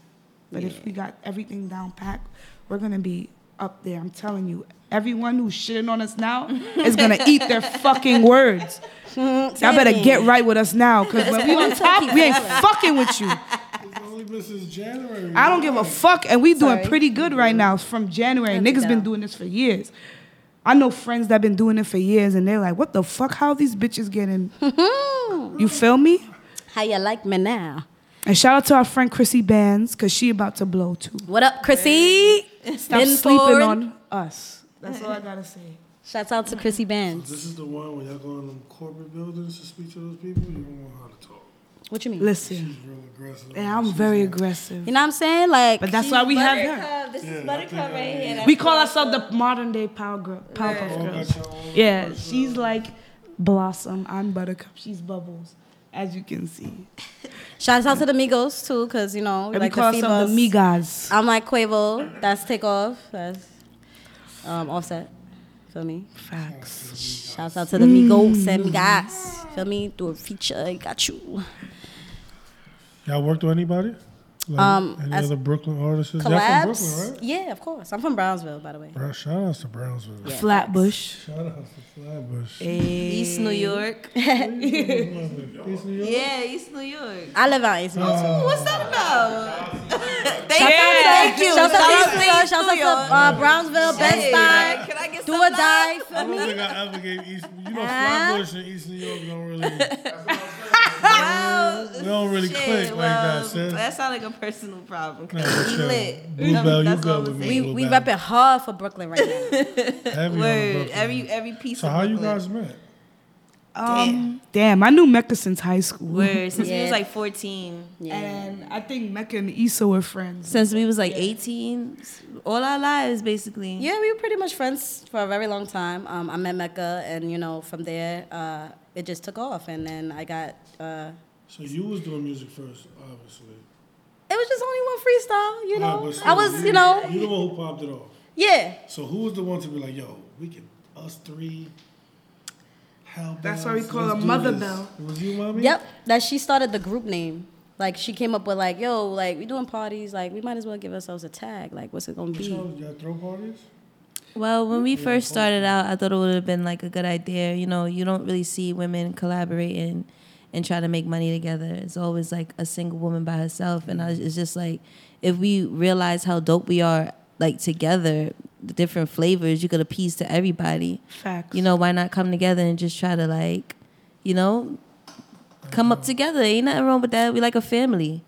Speaker 2: But if we got everything down packed, we're gonna be up there. I'm telling you, everyone who's shitting on us now is gonna eat their fucking words. Y'all better get right with us now, cause when we on top, we ain't fucking with you.
Speaker 1: It's only been since January.
Speaker 2: I don't give a fuck, and we doing
Speaker 3: Sorry.
Speaker 2: pretty good right now from January. Niggas been doing this for years. I know friends that been doing it for years, and they're like, "What the fuck? How these bitches getting?" you feel me?
Speaker 3: How you like me now?
Speaker 2: And shout out to our friend Chrissy Bands, cause she about to blow too.
Speaker 3: What up, Chrissy?
Speaker 2: Stop
Speaker 3: Been
Speaker 2: sleeping
Speaker 3: forward.
Speaker 2: on us. That's all I gotta say.
Speaker 3: Shouts out to Chrissy Bands.
Speaker 1: This is the one where y'all go in them corporate buildings to speak to those people. You don't want her to talk.
Speaker 3: What you mean?
Speaker 2: Listen,
Speaker 1: She's real aggressive.
Speaker 2: and I'm very aggressive,
Speaker 3: You know what I'm saying? Like,
Speaker 2: but that's why we have her.
Speaker 4: This
Speaker 1: Yeah, I
Speaker 4: is
Speaker 1: Buttercup think,
Speaker 4: Buttercup
Speaker 1: uh,
Speaker 4: right here.
Speaker 2: We call ourselves the modern day power girl, Powerpuff
Speaker 1: Y'all
Speaker 2: Girls.
Speaker 1: got your own-
Speaker 2: Yeah, she's like Blossom. I'm Buttercup. She's Bubbles, as you can see.
Speaker 3: shouts out to the Migos too, cause you know, we
Speaker 2: And
Speaker 3: like
Speaker 2: we call
Speaker 3: the Ah,
Speaker 2: ourselves the
Speaker 3: Migos.
Speaker 2: Migas.
Speaker 3: I'm like Quavo. That's Takeoff. That's um, Offset. Feel me?
Speaker 2: Facts.
Speaker 3: Shouts out to the Migos and Migas. Feel me? Do a feature. I got you.
Speaker 1: Y'all worked with anybody? Like
Speaker 3: Um,
Speaker 1: any
Speaker 3: as-
Speaker 1: other Brooklyn artists? Y'all from
Speaker 3: Collabs?
Speaker 1: Brooklyn, right?
Speaker 3: Yeah, of course. I'm from Brownsville, by the way.
Speaker 1: Bro, shout outs to Brownsville.
Speaker 3: Yeah.
Speaker 2: Flatbush.
Speaker 1: Shout out to Flatbush.
Speaker 4: East New York.
Speaker 1: East New York?
Speaker 4: yeah, East New York.
Speaker 3: I live out East New York.
Speaker 4: What's that about? thank,
Speaker 3: Shout out
Speaker 4: thank
Speaker 3: to-
Speaker 4: you.
Speaker 3: Shout out to East New York.
Speaker 4: East
Speaker 3: Shout
Speaker 4: New
Speaker 3: out to uh, Brownsville, Bed
Speaker 4: Hey,
Speaker 3: Stuy.
Speaker 4: Can I get
Speaker 3: Do
Speaker 4: some
Speaker 3: or
Speaker 4: love?
Speaker 3: die
Speaker 1: I
Speaker 3: for
Speaker 1: don't
Speaker 3: me.
Speaker 1: think I ever gave East. You know,
Speaker 3: Huh?
Speaker 1: Flatbush and East New York don't really, they
Speaker 4: Wow.
Speaker 1: don't really click like that, sis.
Speaker 4: That sounds like a personal problem.
Speaker 1: No,
Speaker 4: we
Speaker 1: chill.
Speaker 4: lit.
Speaker 1: Bluebell, you
Speaker 4: That's all
Speaker 1: good
Speaker 4: I'm
Speaker 1: with me?
Speaker 3: We we repping hard for Brooklyn right now.
Speaker 1: Heavy on
Speaker 4: Word.
Speaker 1: Brooklyn.
Speaker 4: Every every piece
Speaker 1: So
Speaker 4: of
Speaker 1: how you
Speaker 4: Brooklyn.
Speaker 1: guys met?
Speaker 2: Um, damm, I knew Mecca since high school.
Speaker 4: Word. Since we
Speaker 3: Yeah.
Speaker 4: was like 14.
Speaker 2: And I think Mecca and Issa were friends.
Speaker 4: Since we was like 18. All our lives, basically.
Speaker 3: Yeah, we were pretty much friends for a very long time. Um, I met Mecca, and you know, from there, uh, it just took off, and then I got. Uh,
Speaker 1: So you was doing music first, obviously.
Speaker 3: it was just only one freestyle, you
Speaker 1: Nah,
Speaker 3: know.
Speaker 1: but still,
Speaker 3: I was, you know,
Speaker 1: You the one who popped it off.
Speaker 3: yeah.
Speaker 1: So who was the one to be like, yo, we can us three. Hell
Speaker 2: That's why we
Speaker 1: bells,
Speaker 2: call
Speaker 1: let's
Speaker 2: her
Speaker 1: do
Speaker 2: Mother
Speaker 1: this.
Speaker 2: Bell.
Speaker 1: It was you, mommy.
Speaker 3: Yep, that she started the group name. Like she came up with like, yo, like we doing parties, like we might as well give ourselves a tag. Like, what's it gonna
Speaker 1: What
Speaker 3: be?
Speaker 1: Y'all, y'all throw parties?
Speaker 4: Well, when we first started out, I thought it would have been like a good idea. You know, you don't really see women collaborating and trying to make money together. It's always like a single woman by herself, and I, it's just like if we realize how dope we are, like together, the different flavors you could appease to everybody.
Speaker 2: Facts.
Speaker 4: You know, why not come together and just try to like, you know, come up together? Ain't nothing wrong with that. We like a family.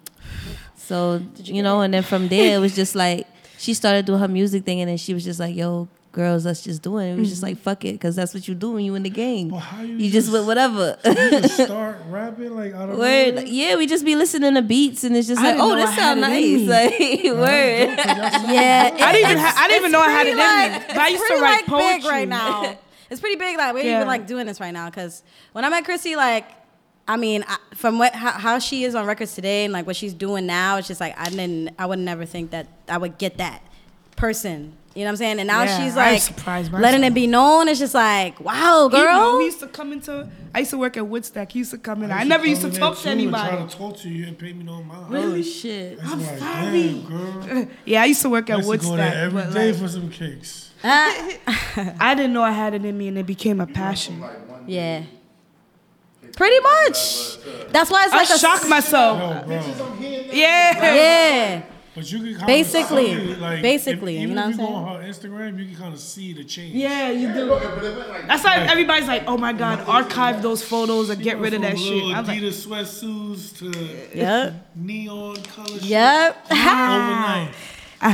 Speaker 4: So you, know, and then from there it was just like she started doing her music thing, and then she was just like, "Yo, girls, let's just do it." It was
Speaker 2: Mm-hmm.
Speaker 4: just like, "Fuck it," because that's what you do when you in the game.
Speaker 1: But how you
Speaker 4: you just
Speaker 1: just-
Speaker 4: with whatever.
Speaker 1: You just start rapping like I don't
Speaker 4: Word,
Speaker 1: know.
Speaker 4: Like, yeah, we just be listening to beats, and it's just
Speaker 2: I
Speaker 4: like,
Speaker 2: didn't
Speaker 4: "Oh,
Speaker 2: know I
Speaker 4: this sound
Speaker 2: had it in
Speaker 4: nice." Like, word.
Speaker 3: Yeah,
Speaker 2: I didn't even ha- I didn't even know I had it in me. But I
Speaker 3: it's
Speaker 2: used to
Speaker 3: pretty,
Speaker 2: write
Speaker 3: like, big
Speaker 2: poetry.
Speaker 3: right now. It's pretty big. Like we're
Speaker 2: Yeah.
Speaker 3: even like doing this right now because when I met Chrissy, like I mean, I, from what how, how she is on records today and like what she's doing now, it's just like I didn't, I would never think that I would get that person. You know what I'm saying? And now
Speaker 2: Yeah,
Speaker 3: she's
Speaker 2: I
Speaker 3: like
Speaker 2: was surprised myself.
Speaker 3: letting it be known. It's just like, wow,
Speaker 2: You know,
Speaker 3: girl.
Speaker 2: we used to come into. I used to work at Woodstock. He used to come in. I,
Speaker 1: used
Speaker 2: never
Speaker 1: come
Speaker 2: used to
Speaker 1: in there
Speaker 2: talk
Speaker 1: too
Speaker 2: to
Speaker 1: and
Speaker 2: anybody.
Speaker 1: Try to talk to you and pay me no mind.
Speaker 4: Oh shit.
Speaker 1: I'm like, sorry, girl.
Speaker 2: Yeah, I used to work
Speaker 1: I
Speaker 2: at
Speaker 1: used to go
Speaker 2: Woodstock.
Speaker 1: there every day
Speaker 2: but, like,
Speaker 1: for some cakes.
Speaker 2: I didn't know I had it in me, and it became a passion.
Speaker 3: yeah. Pretty much. That's why it's
Speaker 2: I
Speaker 3: like a
Speaker 2: shocked myself.
Speaker 1: Yo, bro.
Speaker 2: Yeah.
Speaker 3: Yeah.
Speaker 1: But you can kinda
Speaker 3: Basically,
Speaker 1: see, like, if-
Speaker 3: basically, you
Speaker 1: even
Speaker 3: know
Speaker 1: if
Speaker 3: what
Speaker 1: you
Speaker 3: I'm
Speaker 1: go on her Instagram, you can kind of see the change.
Speaker 2: Yeah, you do. That's why everybody's like, "Oh my God, archive those photos and get rid of that shit."
Speaker 1: Little
Speaker 2: I'm like,
Speaker 1: Adidas sweatsuits to
Speaker 3: Yep.
Speaker 1: neon color.
Speaker 3: Yep.
Speaker 2: "Ah,
Speaker 1: Overnight.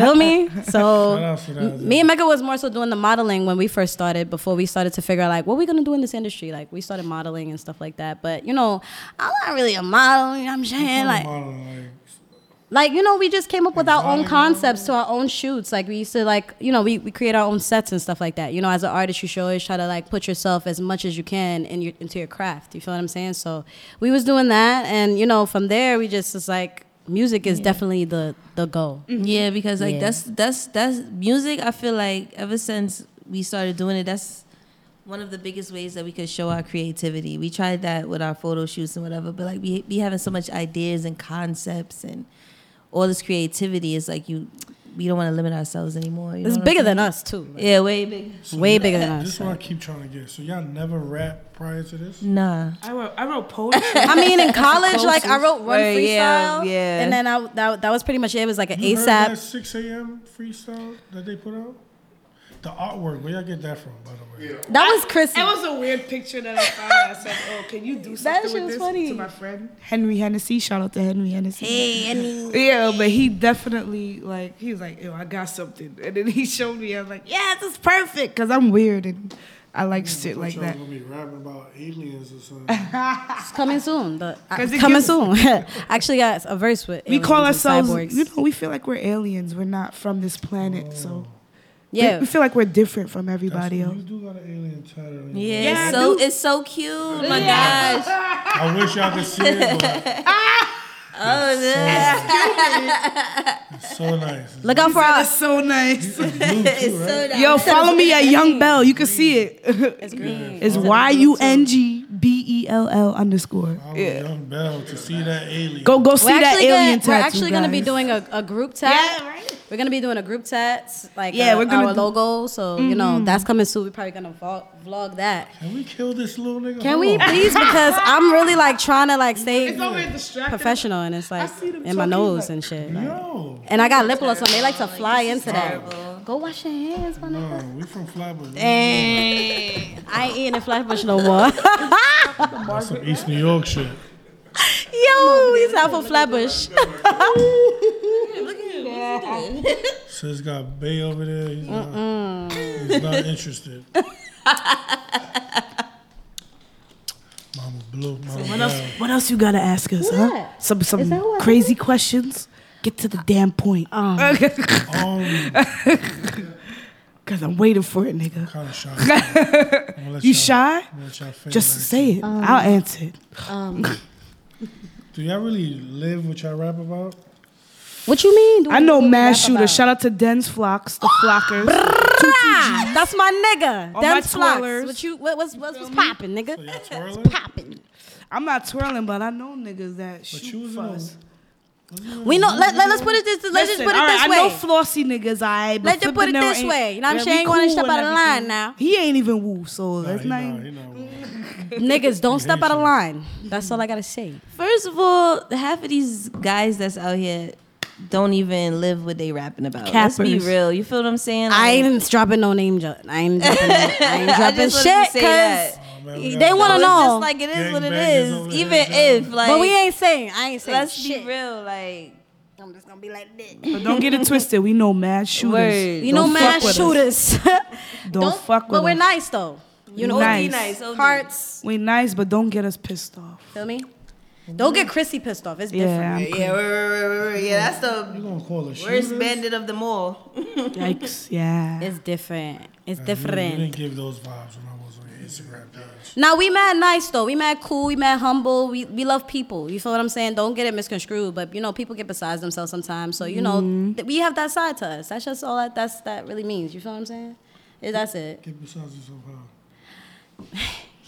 Speaker 3: Feel me?
Speaker 1: Shout
Speaker 3: So
Speaker 1: out to that.
Speaker 3: me and Mecca was more so doing the modeling when we first started before we started to figure out like what we gonna do in this industry. Like we started modeling and stuff like that. But you know, I'm not really a model, you know what I'm saying? Like like you know we just came up with our own
Speaker 1: Exotic.
Speaker 3: concepts to our own shoots like we used to like you know we, we create our own sets and stuff like that you know as an artist you should always try to like put yourself as much as you can in your, into your craft you feel what i'm saying so we was doing that and you know from there we just was like music is definitely the the goal
Speaker 4: Yeah, because like
Speaker 3: Mm-hmm. Yeah.
Speaker 4: that's that's that's music. I feel like ever since we started doing it, that's one of the biggest ways that we could show our creativity. We tried that with our photo shoots and whatever, but like we be having so much ideas and concepts and all this creativity. It's like you we don't want to limit ourselves anymore. you know
Speaker 3: it's
Speaker 4: what I'm
Speaker 3: bigger
Speaker 4: saying?
Speaker 3: than us too Like,
Speaker 4: yeah, way bigger.
Speaker 3: way bigger than
Speaker 1: This is
Speaker 3: us
Speaker 1: what I keep trying to get. So y'all never rap prior to this?
Speaker 2: Mm,
Speaker 4: Nah,
Speaker 2: I wrote, I wrote poetry.
Speaker 3: I mean, in college, like I
Speaker 4: closest.
Speaker 3: wrote one
Speaker 4: Right,
Speaker 3: freestyle,
Speaker 4: yeah, yeah.
Speaker 3: and then I, that, that was pretty much it. It was like an
Speaker 1: You heard that
Speaker 3: ASAP.
Speaker 1: 6 a.m. freestyle that they put out? The artwork, where y'all get that from, by the way?
Speaker 3: That was Chrissy.
Speaker 2: That was a weird picture that I found. I said, "Oh, can you do something
Speaker 3: shit
Speaker 2: with
Speaker 3: was
Speaker 2: this?"
Speaker 3: funny.
Speaker 2: To my friend Henry Hennessy. Shout out to Henry Hennessy. Hey, Henry. Yeah, but he definitely like he was like, "Yo, I got something," and then he showed me. I was like, "Yeah, this is perfect," because I'm weird and I like shit
Speaker 1: Thought
Speaker 2: like
Speaker 1: y'all was
Speaker 2: that.
Speaker 1: gonna be rapping about aliens or something.
Speaker 3: It's coming soon. The, uh,
Speaker 2: 'Cause it
Speaker 3: coming
Speaker 2: gives-
Speaker 3: soon. Actually, got a verse with.
Speaker 2: We call
Speaker 3: aliens and
Speaker 2: ourselves,
Speaker 3: cyborgs.
Speaker 2: you know, we feel like we're aliens. We're not from this planet, so we-
Speaker 3: yeah.
Speaker 2: we, feel like we're different from
Speaker 1: That's
Speaker 2: everybody
Speaker 1: what-
Speaker 2: else.
Speaker 1: You do got an alien tattoo. on your
Speaker 4: yeah,
Speaker 2: Yeah, I
Speaker 4: it's so
Speaker 2: do.
Speaker 4: it's so cute. Oh my gosh,
Speaker 1: I wish y'all could see it. But
Speaker 4: oh
Speaker 1: so, it's so nice.
Speaker 3: Look out for
Speaker 2: That's
Speaker 3: us.
Speaker 2: so nice.
Speaker 1: It's blue too, right?
Speaker 4: so
Speaker 2: Yo, follow me at Young Bell. You can see it.
Speaker 3: It's green.
Speaker 2: It's Y U N G B E L L underscore.
Speaker 1: I'm a young bell to see that alien.
Speaker 2: Go go see
Speaker 3: we're
Speaker 2: that
Speaker 3: actually
Speaker 2: alien
Speaker 3: gonna,
Speaker 2: tattoo.
Speaker 3: We're actually going to be
Speaker 2: guys.
Speaker 3: doing a, a group tat.
Speaker 2: Yeah, right.
Speaker 3: We're gonna be doing a group tat, like
Speaker 2: Yeah,
Speaker 3: uh,
Speaker 2: we're gonna
Speaker 3: our
Speaker 2: do- Mm-hmm.
Speaker 3: logo. So you know that's coming soon. We're probably gonna vlog, vlog that.
Speaker 1: Can we kill this little nigga?
Speaker 3: Can
Speaker 1: Hold
Speaker 3: we
Speaker 1: on.
Speaker 3: please? Because I'm really like trying to like stay
Speaker 6: It's over here distracting
Speaker 3: professional, and it's like
Speaker 6: see them
Speaker 3: in my
Speaker 6: talking,
Speaker 3: nose
Speaker 6: like-
Speaker 3: and shit. like-
Speaker 1: No.
Speaker 3: and I got lip gloss on. They like to fly into that. Go wash your hands, my nigga.
Speaker 1: No, we from Flatbush.
Speaker 3: I ain't eating at Flatbush no more.
Speaker 1: That's some East New York shit.
Speaker 3: Yo, he's out for Flatbush.
Speaker 1: Sis got Bay over there. He's not, he's not interested. Mama Blue, Mama
Speaker 2: What
Speaker 1: Bell.
Speaker 2: else? What else you gotta ask us? Huh?
Speaker 3: that?
Speaker 2: Some
Speaker 3: Is that
Speaker 2: some
Speaker 3: what-
Speaker 2: crazy questions. Get to the damn point.
Speaker 1: Um,
Speaker 2: Cause I'm waiting for it, nigga.
Speaker 1: kind of shy. I'm gonna let
Speaker 2: You
Speaker 1: y'all-
Speaker 2: shy?
Speaker 1: I'm gonna let y'all figure
Speaker 2: Just
Speaker 1: that
Speaker 2: say it.
Speaker 3: Um,
Speaker 2: I'll answer it.
Speaker 1: shit. Do y'all really live what y'all rap about?
Speaker 3: What you mean?
Speaker 2: I know mad
Speaker 3: Mass
Speaker 2: shooter. Shout out to Den's Flocks, the Flockers.
Speaker 3: Ah, that's my nigga.
Speaker 2: All
Speaker 3: That's
Speaker 2: my
Speaker 3: Flocks.
Speaker 2: twirlers.
Speaker 3: What you what what's what's, what's popping,
Speaker 1: So
Speaker 3: nigga?
Speaker 1: y'all twirling?
Speaker 3: Popping.
Speaker 2: I'm not twirling, but I know niggas that shoot
Speaker 1: you was
Speaker 2: for
Speaker 1: in a-
Speaker 2: us.
Speaker 3: We know let, let us put it this let's just
Speaker 2: Listen,
Speaker 3: put it
Speaker 2: all right,
Speaker 3: this
Speaker 2: I
Speaker 3: way.
Speaker 2: know flossy niggas, I.
Speaker 3: Let's just put it this way. You know what I'm saying? You wanna step out of line now.
Speaker 2: He ain't even woo, so
Speaker 1: Nah,
Speaker 2: that's
Speaker 1: he
Speaker 2: not.
Speaker 1: not, he not.
Speaker 3: Niggas, don't step out of line. That's all I gotta say.
Speaker 4: First of all, half of these guys that's out here don't even live what they rapping about. Let's be
Speaker 2: Cappers.
Speaker 4: real. You feel what I'm saying?
Speaker 3: I
Speaker 4: Like,
Speaker 3: ain't dropping no name. Ju- I ain't dropping. no- I ain't dropping
Speaker 4: just wanted to
Speaker 3: shit
Speaker 4: say that.
Speaker 1: Oh,
Speaker 3: because
Speaker 1: man, we
Speaker 3: they
Speaker 1: got
Speaker 3: want to
Speaker 4: it's
Speaker 3: know.
Speaker 4: just like it is what it
Speaker 1: Gangbangers
Speaker 4: is.
Speaker 1: over here,
Speaker 4: Even
Speaker 1: dog.
Speaker 4: if like,
Speaker 3: but we ain't saying. I ain't saying
Speaker 4: Let's
Speaker 3: shit.
Speaker 4: be real. Like,
Speaker 3: I'm just gonna be like this.
Speaker 2: But don't get it twisted. We know mad shooters.
Speaker 4: Word.
Speaker 3: You
Speaker 2: Don't
Speaker 3: know,
Speaker 2: fuck
Speaker 3: man,
Speaker 2: with us.
Speaker 3: shooters.
Speaker 2: Don't, fuck with
Speaker 3: But we're
Speaker 2: us.
Speaker 3: nice though. You know,
Speaker 2: Nice.
Speaker 4: Nice, OD.
Speaker 3: hearts.
Speaker 2: We nice, but don't get us pissed off.
Speaker 3: Feel me? Don't get Chrissy pissed off. It's
Speaker 2: Mm-hmm. Yeah,
Speaker 3: different.
Speaker 2: I'm
Speaker 4: yeah, yeah, that's
Speaker 1: You
Speaker 4: the
Speaker 1: gonna call us
Speaker 4: worst
Speaker 1: shooters?
Speaker 4: bandit of them all.
Speaker 2: yikes. Yeah.
Speaker 3: It's different. It's
Speaker 1: Nah, you- Mm-hmm. You
Speaker 3: different.
Speaker 1: didn't give those vibes when I was on your Instagram page.
Speaker 3: Now we mad nice though. We mad cool. We mad humble. We we love people. You feel what I'm saying? Don't get it misconstrued. But you know, people get besides themselves sometimes. So you
Speaker 2: Mm-hmm.
Speaker 3: know, th- we have that side to us. That's just all that that's that really means. You feel what I'm saying? Yeah, that's it.
Speaker 1: Get besides yourself how?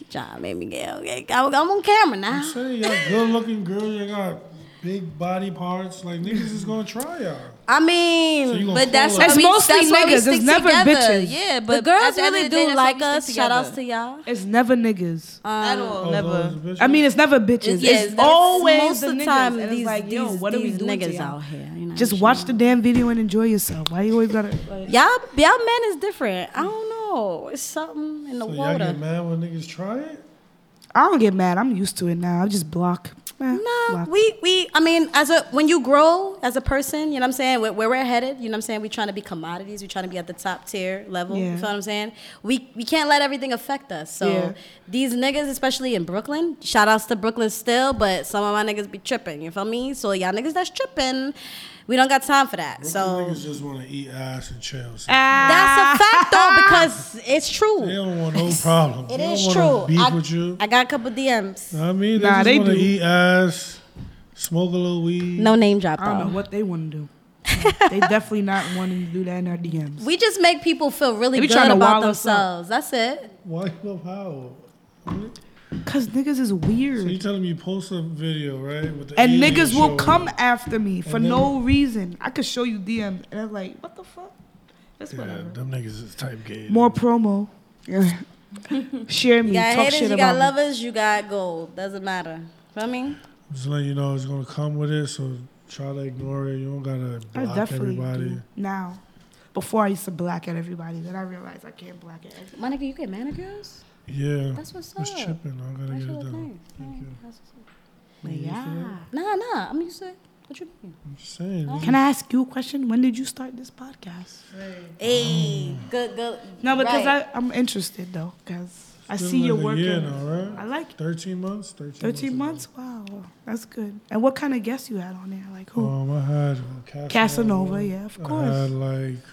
Speaker 3: John made me get okay. I- I'm on camera now.
Speaker 1: Say y'all good looking girls, y'all got big body parts. Like niggas is gonna try y'all.
Speaker 3: I
Speaker 1: So you
Speaker 3: mean,
Speaker 1: gonna
Speaker 4: But that's
Speaker 1: call
Speaker 4: what
Speaker 2: It's
Speaker 4: we,
Speaker 2: mostly
Speaker 4: that's why we
Speaker 2: niggas.
Speaker 4: stick
Speaker 2: It's never
Speaker 4: together.
Speaker 2: bitches.
Speaker 4: Yeah, but
Speaker 3: the girls
Speaker 4: at the end
Speaker 3: really
Speaker 4: of the day,
Speaker 3: do
Speaker 4: that's why we
Speaker 3: like
Speaker 4: stick
Speaker 3: us. Shout
Speaker 4: together.
Speaker 3: outs to y'all.
Speaker 2: It's never niggas.
Speaker 3: Um,
Speaker 4: At all,
Speaker 1: Oh, those
Speaker 4: never.
Speaker 1: bitches?
Speaker 2: I mean, it's never bitches.
Speaker 4: It's- yeah,
Speaker 2: it's
Speaker 4: it's-
Speaker 2: always
Speaker 3: most
Speaker 2: the
Speaker 3: of the
Speaker 2: niggas.
Speaker 3: time
Speaker 2: And it's
Speaker 3: these,
Speaker 2: like, yo,
Speaker 3: these,
Speaker 2: what are we
Speaker 3: these
Speaker 2: doing to
Speaker 3: niggas
Speaker 2: y'all?
Speaker 3: out here. You know
Speaker 2: Just
Speaker 3: what I'm
Speaker 2: watch the damn video and enjoy yourself. Why you always gotta?
Speaker 3: saying? y'all. Y'all men is different. I don't know. It's something in the
Speaker 1: So y'all
Speaker 3: water.
Speaker 1: get mad when niggas try it?
Speaker 2: I don't get mad. I'm used to it now. I just block. Eh,
Speaker 3: No,
Speaker 2: block.
Speaker 3: we, we I mean, as a when you grow as a person, you know what I'm saying, where, where we're headed, you know what I'm saying, we're trying to be commodities, we're trying to be at the top tier level. You
Speaker 2: Yeah.
Speaker 3: feel what I'm saying? We we can't let everything affect us. So
Speaker 2: Yeah.
Speaker 3: these niggas, especially in Brooklyn, shout outs to Brooklyn still, but some of my niggas be tripping, you feel me? So y'all niggas that's tripping, we don't got time for that. So
Speaker 1: niggas just wanna eat ass and chill. So
Speaker 3: That's a fact though, because it's true.
Speaker 1: They don't want no problem.
Speaker 3: It
Speaker 1: They
Speaker 3: is
Speaker 1: don't
Speaker 3: true.
Speaker 1: wanna Beef
Speaker 3: I,
Speaker 1: with you.
Speaker 3: I got a couple
Speaker 2: Mm.
Speaker 3: DMs.
Speaker 1: I mean, they
Speaker 2: Nah,
Speaker 1: just
Speaker 2: they
Speaker 1: want to
Speaker 2: do.
Speaker 1: eat ass, smoke a little weed.
Speaker 3: No name drop
Speaker 2: I don't know
Speaker 3: though.
Speaker 2: what they want to do. they definitely not wanting to do that in our DMs.
Speaker 3: We just make people feel really
Speaker 2: They be
Speaker 3: good
Speaker 2: tryna
Speaker 3: about
Speaker 2: wild us
Speaker 3: themselves. That's it.
Speaker 1: Why you up how?
Speaker 2: Mm. Cause niggas is
Speaker 1: So you
Speaker 2: weird.
Speaker 1: telling me you post a video, right? With the
Speaker 2: And
Speaker 1: alien
Speaker 2: niggas will
Speaker 1: showing.
Speaker 2: come after me for
Speaker 1: And then-
Speaker 2: no reason. I could show you DMs and I'm like, what the fuck? That's
Speaker 1: Yeah,
Speaker 2: whatever.
Speaker 1: them niggas is type gay.
Speaker 2: More promo. Yeah. Share me.
Speaker 3: You got
Speaker 2: talk
Speaker 3: haters,
Speaker 2: shit
Speaker 3: you
Speaker 2: about
Speaker 3: got
Speaker 2: me.
Speaker 3: lovers, you got gold. Doesn't matter. Feel me?
Speaker 1: I'm just letting you know it's gonna come with it, so try to ignore it. You don't gotta
Speaker 2: I
Speaker 1: block
Speaker 2: definitely
Speaker 1: everybody.
Speaker 2: do now. Before I used to black at everybody, then I realized I can't black at
Speaker 1: Mm.
Speaker 2: everybody.
Speaker 3: Monica, you get manicures?
Speaker 1: Yeah,
Speaker 3: That's what's
Speaker 1: it's
Speaker 3: up.
Speaker 1: tripping. I gotta
Speaker 3: That's
Speaker 1: get it
Speaker 3: your
Speaker 1: done.
Speaker 3: thing.
Speaker 1: Thank you.
Speaker 2: Yeah.
Speaker 3: Nah, nah. I'm used to it. What you mean?
Speaker 1: I'm just saying. you
Speaker 2: Can I ask you a question? When did you start this podcast?
Speaker 3: Hey, good, good.
Speaker 2: No, because I, I'm interested though, because I
Speaker 1: been
Speaker 2: see
Speaker 1: like
Speaker 2: your
Speaker 1: a
Speaker 2: work.
Speaker 1: year
Speaker 2: in-
Speaker 1: now, right?
Speaker 2: I like it.
Speaker 1: Thirteen months. Thirteen.
Speaker 2: 13 months? Wow, that's good. And what kind of guests you had on there? Like who?
Speaker 1: Um, I had uh, Casanova.
Speaker 2: Casanova, yeah, of
Speaker 1: I had
Speaker 2: course.
Speaker 1: like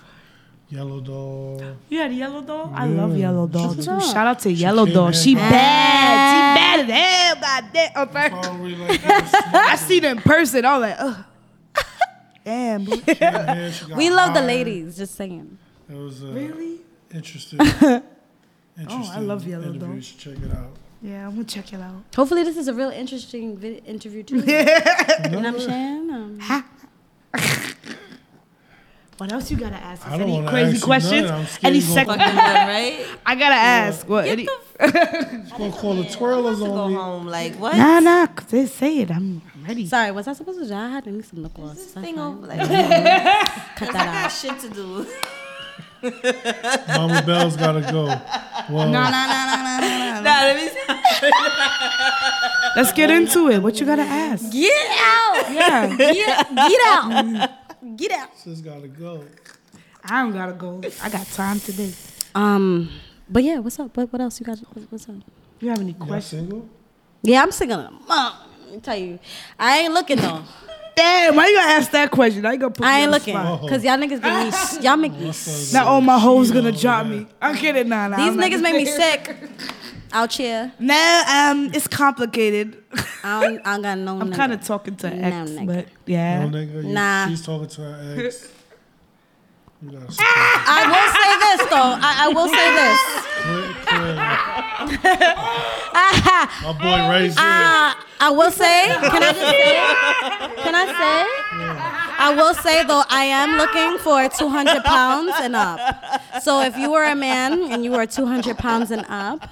Speaker 1: Yellow Dog.
Speaker 2: You had Yellow Doll? I love
Speaker 1: Yeah.
Speaker 2: Yellow Doll
Speaker 1: She's
Speaker 2: too.
Speaker 3: hot.
Speaker 2: Shout out to Yellow
Speaker 1: came
Speaker 2: Doll.
Speaker 1: in
Speaker 2: She Ah.
Speaker 1: hot.
Speaker 2: bad. She bad as hell by that of her.
Speaker 1: I don't really like that.
Speaker 2: I seen her in person. I was like, ugh. Damn. boo.
Speaker 1: Yeah, she got
Speaker 3: We love the
Speaker 1: hired.
Speaker 3: ladies, just saying.
Speaker 1: It was uh,
Speaker 2: Really? Oh,
Speaker 1: interesting. interesting
Speaker 2: love Yellow Dog.
Speaker 1: interview. You should check it out.
Speaker 2: Yeah, I'm gonna check it out.
Speaker 3: Hopefully, this is a real interesting vid- interview too. You know what I'm saying? Um,
Speaker 2: What else you gotta ask?
Speaker 1: I
Speaker 2: us?
Speaker 1: don't
Speaker 2: Any
Speaker 1: wanna
Speaker 2: crazy
Speaker 1: ask you
Speaker 2: questions?
Speaker 1: none. I'm scared
Speaker 2: Any
Speaker 1: you gonna
Speaker 2: sex?
Speaker 4: Fucking done, right?
Speaker 2: I gotta ask. What? Any-
Speaker 1: She's gonna call the twirlers
Speaker 4: To go
Speaker 1: on me.
Speaker 4: home, like what?
Speaker 2: nah, nah. Say, say it. I'm I'm ready.
Speaker 3: sorry, was I supposed to? I had to make some look loss.
Speaker 4: This
Speaker 3: That's
Speaker 4: thing
Speaker 3: fine.
Speaker 4: over, like, I
Speaker 3: Cut that
Speaker 4: got
Speaker 3: out.
Speaker 4: shit to do.
Speaker 1: Mama Bell's gotta go. Well,
Speaker 4: Nah, let me.
Speaker 2: Let's get into it. What you gotta ask?
Speaker 3: Get out!
Speaker 2: Yeah,
Speaker 3: Get, get out! Get out!
Speaker 1: she's gotta go.
Speaker 2: I don't gotta go. I got time today.
Speaker 3: Um, but yeah, what's up? What, what else you got? What, what's up?
Speaker 2: You have any
Speaker 1: Y'all
Speaker 2: questions?
Speaker 1: single?
Speaker 3: Yeah, I'm singing. Mom, let me tell you, I ain't looking though.
Speaker 2: Damn, why you gonna ask that question? I ain't gonna put. me
Speaker 3: I ain't
Speaker 2: on the
Speaker 3: looking
Speaker 2: spot.
Speaker 3: because y'all niggas give me. s- Y'all make me. s-
Speaker 2: Now all my hoes
Speaker 1: uh,
Speaker 2: gonna drop me. I'm kidding. Nah, nah.
Speaker 3: These
Speaker 2: I'm not
Speaker 3: niggas make me sick. Out here,
Speaker 2: No, um, it's complicated.
Speaker 3: I don't, I don't got no.
Speaker 2: I'm
Speaker 3: nigga.
Speaker 2: kind of talking to
Speaker 3: No,
Speaker 2: ex,
Speaker 3: nigga.
Speaker 2: but
Speaker 1: No,
Speaker 2: yeah.
Speaker 1: nigga, you-
Speaker 3: Nah.
Speaker 1: She's talking to her ex. You gotta
Speaker 3: I will say this though. I, I will say this.
Speaker 1: Click, click. My boy right here.
Speaker 3: Uh, I will say. Can I just say? Can I say? I will say though, I am looking for 200 pounds and up. So if you were a man and you were 200 pounds and up,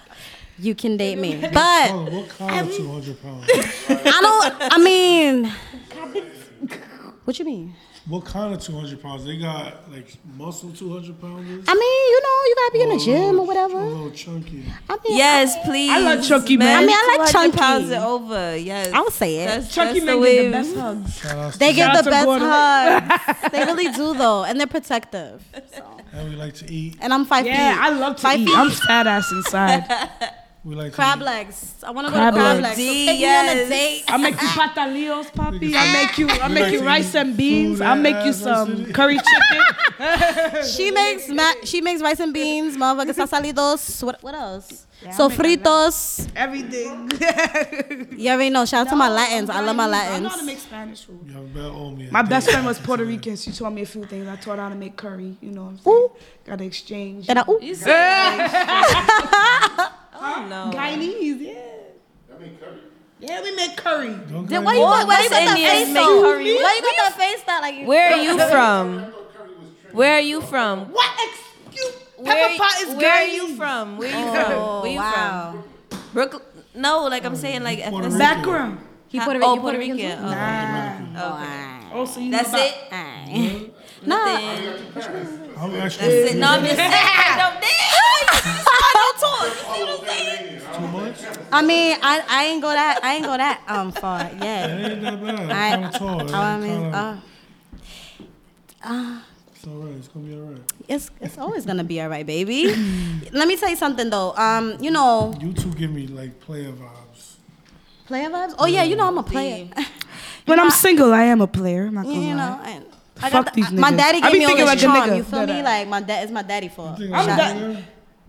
Speaker 3: you can date me. But
Speaker 1: Oh, what kind of 200 pounds?
Speaker 3: I don't. I mean, what you mean?
Speaker 1: What kind of 200 pounds? They got like muscle 200 pounders?
Speaker 3: I mean, you know, you gotta be in the gym
Speaker 1: A
Speaker 3: or whatever.
Speaker 1: little chunky.
Speaker 3: I mean,
Speaker 4: Yes, please.
Speaker 2: I love chunky
Speaker 4: Men,
Speaker 2: men.
Speaker 3: I mean, I like
Speaker 4: 200
Speaker 3: chunky.
Speaker 4: pounds and over. Yes,
Speaker 3: I would say it.
Speaker 4: That's,
Speaker 2: Chunky
Speaker 4: that's
Speaker 2: men
Speaker 4: the
Speaker 2: get the
Speaker 4: way.
Speaker 2: best hugs.
Speaker 1: Shout out
Speaker 3: They
Speaker 1: to
Speaker 3: give the
Speaker 2: to
Speaker 3: best
Speaker 2: Gordon.
Speaker 3: hugs. they really do though, and they're protective.
Speaker 1: And we like to eat.
Speaker 3: And I'm five
Speaker 2: Yeah,
Speaker 3: feet.
Speaker 2: I love to
Speaker 3: Five
Speaker 2: eat.
Speaker 3: feet.
Speaker 2: I'm fat ass inside.
Speaker 1: We like
Speaker 3: crab
Speaker 1: to
Speaker 3: legs. I want to go to
Speaker 2: Crab
Speaker 3: crab
Speaker 2: legs.
Speaker 3: legs. So take
Speaker 4: D,
Speaker 3: me on
Speaker 4: yes.
Speaker 3: a date.
Speaker 2: I make you patalios, papi. I make you, I
Speaker 1: You
Speaker 2: make
Speaker 1: like
Speaker 2: you
Speaker 1: to
Speaker 2: rice
Speaker 1: eat
Speaker 2: and beans.
Speaker 1: food
Speaker 2: I make
Speaker 1: that
Speaker 2: you
Speaker 1: has no
Speaker 2: some
Speaker 1: city.
Speaker 2: curry chicken.
Speaker 3: She makes ma- she makes rice and beans, motherfucking sasalitos. What what else? Sofritos.
Speaker 2: Everything.
Speaker 3: You already know. Shout out to my Latins. I love my
Speaker 2: I know
Speaker 3: Latins.
Speaker 2: how to make Spanish food.
Speaker 1: eat. Y'all better owe me a
Speaker 2: My
Speaker 1: date.
Speaker 2: best friend was Puerto Rican. She taught me a few things. I taught her how to make curry. You know what I'm saying?
Speaker 3: Ooh.
Speaker 2: Got to exchange.
Speaker 3: And I, ooh,
Speaker 4: You said. oh no.
Speaker 2: Guyanese, yeah. Yeah, we make curry.
Speaker 1: Don't go
Speaker 3: then why you
Speaker 1: in-
Speaker 3: got, why you got that
Speaker 4: Indians
Speaker 3: face
Speaker 4: make
Speaker 3: though? Why
Speaker 4: curry.
Speaker 3: you got that face that like? you-
Speaker 4: Where are you from? Where are you from?
Speaker 2: What excuse?
Speaker 4: Where,
Speaker 2: Pepper pot is
Speaker 4: where are
Speaker 2: Guyanese.
Speaker 4: you from? Where are you
Speaker 3: Oh,
Speaker 4: from? Where you
Speaker 3: wow.
Speaker 4: from? Brooklyn. No, like I'm saying, like
Speaker 1: Puerto
Speaker 4: ethnicity.
Speaker 1: Rican.
Speaker 2: Background.
Speaker 3: He
Speaker 4: Huh?
Speaker 3: Puerto,
Speaker 4: Oh,
Speaker 3: you
Speaker 4: Puerto Rican.
Speaker 3: too?
Speaker 4: Oh.
Speaker 3: Oh,
Speaker 2: Oh, so you
Speaker 4: That's
Speaker 2: know about-
Speaker 4: it.
Speaker 3: aye. Nah.
Speaker 1: I'm actually
Speaker 4: That's it. No, I'm just saying. No, damn. You just got no talk. You see what I'm saying?
Speaker 1: too much.
Speaker 3: I mean, I, I ain't go that I ain't go that um far
Speaker 1: It
Speaker 3: yet.
Speaker 1: ain't that bad.
Speaker 3: I,
Speaker 1: I'm kind of tall.
Speaker 3: I
Speaker 1: I'm
Speaker 3: mean,
Speaker 1: kinda-
Speaker 3: uh,
Speaker 1: It's all right. It's going to be all right.
Speaker 3: it's it's always gonna be all right, baby. Let me tell you something though. Um, you know,
Speaker 1: You two give me like player vibes.
Speaker 3: Player vibes? Oh yeah, you know I'm a player.
Speaker 2: When I'm single, I am a player. I'm not gonna
Speaker 3: you know,
Speaker 2: lie.
Speaker 3: and I
Speaker 2: Fuck
Speaker 3: got the,
Speaker 2: these
Speaker 3: I- my
Speaker 2: niggas.
Speaker 3: daddy
Speaker 2: I
Speaker 3: gave
Speaker 2: be
Speaker 3: me all
Speaker 2: thinking
Speaker 3: this
Speaker 2: like a
Speaker 3: charm.
Speaker 2: nigga.
Speaker 3: You feel me?
Speaker 2: That-
Speaker 3: Like my dad is my daddy fault.
Speaker 1: You think
Speaker 3: Shout-
Speaker 1: I'm a player?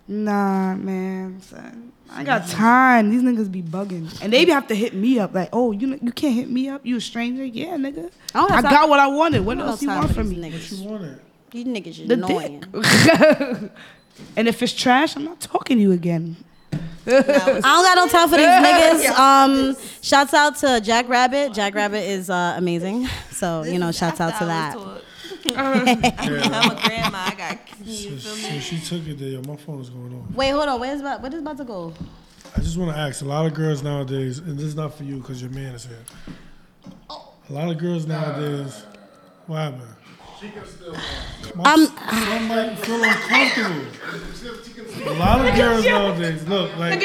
Speaker 2: Nah, man. son. I got time. These niggas be bugging, and they be have to hit me up. Like, oh, you know, you can't hit me up. You a stranger? Yeah, nigga.
Speaker 3: I don't
Speaker 2: I
Speaker 3: have time-
Speaker 2: got what I wanted. What
Speaker 3: I don't
Speaker 2: else you
Speaker 3: have time
Speaker 2: want
Speaker 3: for
Speaker 2: from
Speaker 3: these
Speaker 2: me?
Speaker 1: What you
Speaker 3: Niggas.
Speaker 1: wanted?
Speaker 3: These niggas is
Speaker 2: The
Speaker 3: annoying.
Speaker 2: dick. and if it's trash, I'm not talking to you again.
Speaker 3: I don't got no time for these niggas. Um, shouts out to Jack Rabbit. Jack Rabbit is uh, amazing. So you know, shouts out to
Speaker 4: I
Speaker 3: that.
Speaker 4: was
Speaker 1: Uh-huh.
Speaker 4: taught. I'm a grandma. I got kids.
Speaker 1: So, so she took it there. My phone is going off.
Speaker 3: Wait, hold on. Where's about what is about to go?
Speaker 1: I just want to ask a lot of girls nowadays, and this is not for you because your man is here. A lot of girls nowadays, what happened? My-
Speaker 3: Um,
Speaker 1: some might feel uncomfortable. A lot of girls nowadays, look, like,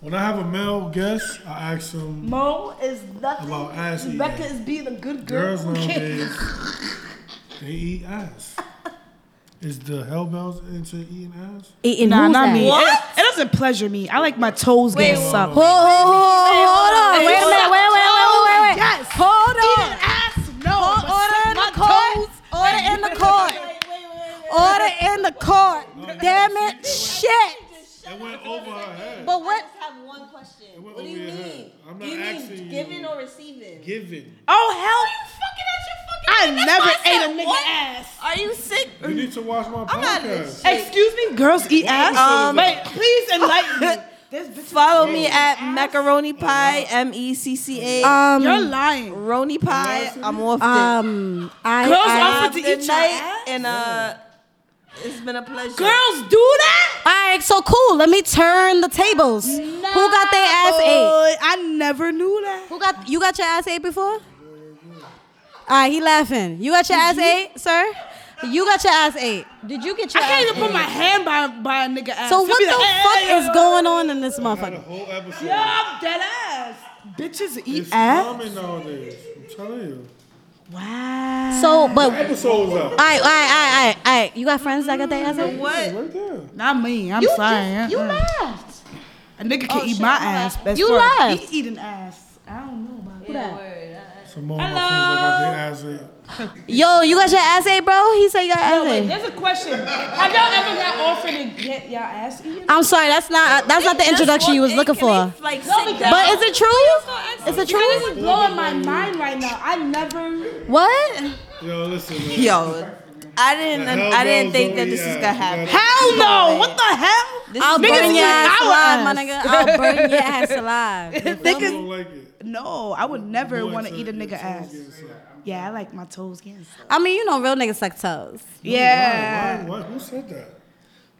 Speaker 1: when I have a male guest, I ask them
Speaker 2: Mo is nothing.
Speaker 1: about ass eating.
Speaker 2: is being a good
Speaker 1: Girls nowadays, they eat ass. Is the hellbells into eating ass?
Speaker 3: Eating
Speaker 2: Nah,
Speaker 3: who's
Speaker 2: not
Speaker 3: that?
Speaker 2: me.
Speaker 3: Hold,
Speaker 2: It, it doesn't pleasure me. I like my toes getting sucked.
Speaker 3: hold, hold, hold, hold on. Wait a minute. Wait, wait, wait, wait, wait.
Speaker 2: Yes.
Speaker 3: Hold on.
Speaker 2: No.
Speaker 3: Or- Order in the court. Order in the court. Order in the court. Damn it. Shit.
Speaker 1: It went over her head.
Speaker 3: But what?
Speaker 4: have one question.
Speaker 1: What do you mean? I'm not asking you.
Speaker 4: or receiving?
Speaker 1: Giving.
Speaker 2: Oh hell! I
Speaker 4: Fucking at your fucking.
Speaker 2: never ate a nigga
Speaker 4: What?
Speaker 2: ass.
Speaker 4: Are you sick?
Speaker 1: You need to watch my
Speaker 4: not
Speaker 1: podcast.
Speaker 2: Excuse me, girls eat ass.
Speaker 1: Um,
Speaker 2: Wait, please enlighten me.
Speaker 4: Follow me at Macaroni Pie, M E C C A,
Speaker 3: Um,
Speaker 2: You're lying.
Speaker 4: Roni Pie. I'm off it.
Speaker 3: um, I,
Speaker 6: Girls
Speaker 3: I-
Speaker 6: offer
Speaker 4: Have
Speaker 6: to
Speaker 4: a
Speaker 6: eat
Speaker 4: good
Speaker 6: your
Speaker 4: night,
Speaker 6: ass?
Speaker 4: and uh, it's been a pleasure.
Speaker 6: Girls do that?
Speaker 3: All right, so cool. Let me turn the tables. Who got their ass ate?
Speaker 2: Oh, I never knew that.
Speaker 3: Who got you got your ass ate before? All right, he laughing. You got your ass ate, sir? You got your ass ate. Did you get
Speaker 6: I
Speaker 3: your ass
Speaker 6: can't even
Speaker 3: ate?
Speaker 6: put my hand by, by a nigga ass.
Speaker 3: So
Speaker 6: It'd
Speaker 3: what
Speaker 6: be
Speaker 3: the
Speaker 6: like, "Hey,
Speaker 3: fuck
Speaker 6: hey, yo,
Speaker 3: is going on in this motherfucker?
Speaker 1: whole episode.
Speaker 6: Yo, I'm dead ass.
Speaker 2: Bitches eat
Speaker 1: It's
Speaker 2: ass.
Speaker 1: common nowadays. I'm telling you.
Speaker 2: Wow.
Speaker 3: So, but all right,
Speaker 1: Episode was up.
Speaker 3: all right, all right, all right. You got friends that got their ass ate?
Speaker 4: What?
Speaker 1: Right there.
Speaker 2: Not me. I'm
Speaker 3: You
Speaker 2: sorry.
Speaker 3: just- you
Speaker 2: Uh-uh.
Speaker 3: laughed.
Speaker 2: A nigga can
Speaker 3: Oh,
Speaker 2: eat
Speaker 3: shit,
Speaker 2: my
Speaker 3: my
Speaker 2: ass.
Speaker 3: bad.
Speaker 2: Best
Speaker 3: You
Speaker 2: part.
Speaker 3: laugh.
Speaker 2: He eating ass. I don't know about that.
Speaker 1: Some more motherfuckers got their ass ate.
Speaker 3: Yo, you got your ass ate, bro? He said you got ass ate.
Speaker 6: There's a question. Have y'all ever got offered to get y'all ass eaten?
Speaker 3: I'm sorry, that's not that's not the introduction you was looking for.
Speaker 4: Like,
Speaker 6: No,
Speaker 4: sit
Speaker 6: because-
Speaker 4: down.
Speaker 3: But is it true? Is it
Speaker 6: This is
Speaker 3: true?
Speaker 6: blowing my mind right now. I never.
Speaker 3: What?
Speaker 1: Yo, listen, man.
Speaker 4: Yo, I didn't, I didn't think that this is gonna happen.
Speaker 6: Hell no! What the hell?
Speaker 4: This
Speaker 3: I'll
Speaker 4: is
Speaker 3: burn
Speaker 4: going-
Speaker 3: your ass
Speaker 6: our
Speaker 3: alive, my nigga. I'll burn your ass alive.
Speaker 1: I don't like it.
Speaker 2: No, I would never want to
Speaker 1: Boy,
Speaker 2: eat a
Speaker 1: so-
Speaker 2: nigga
Speaker 1: so-
Speaker 2: ass.
Speaker 1: so-
Speaker 2: Yeah, I like my toes getting sucked.
Speaker 3: I mean, you know, real niggas suck toes.
Speaker 2: Yeah.
Speaker 1: Why, why, why? Who said that?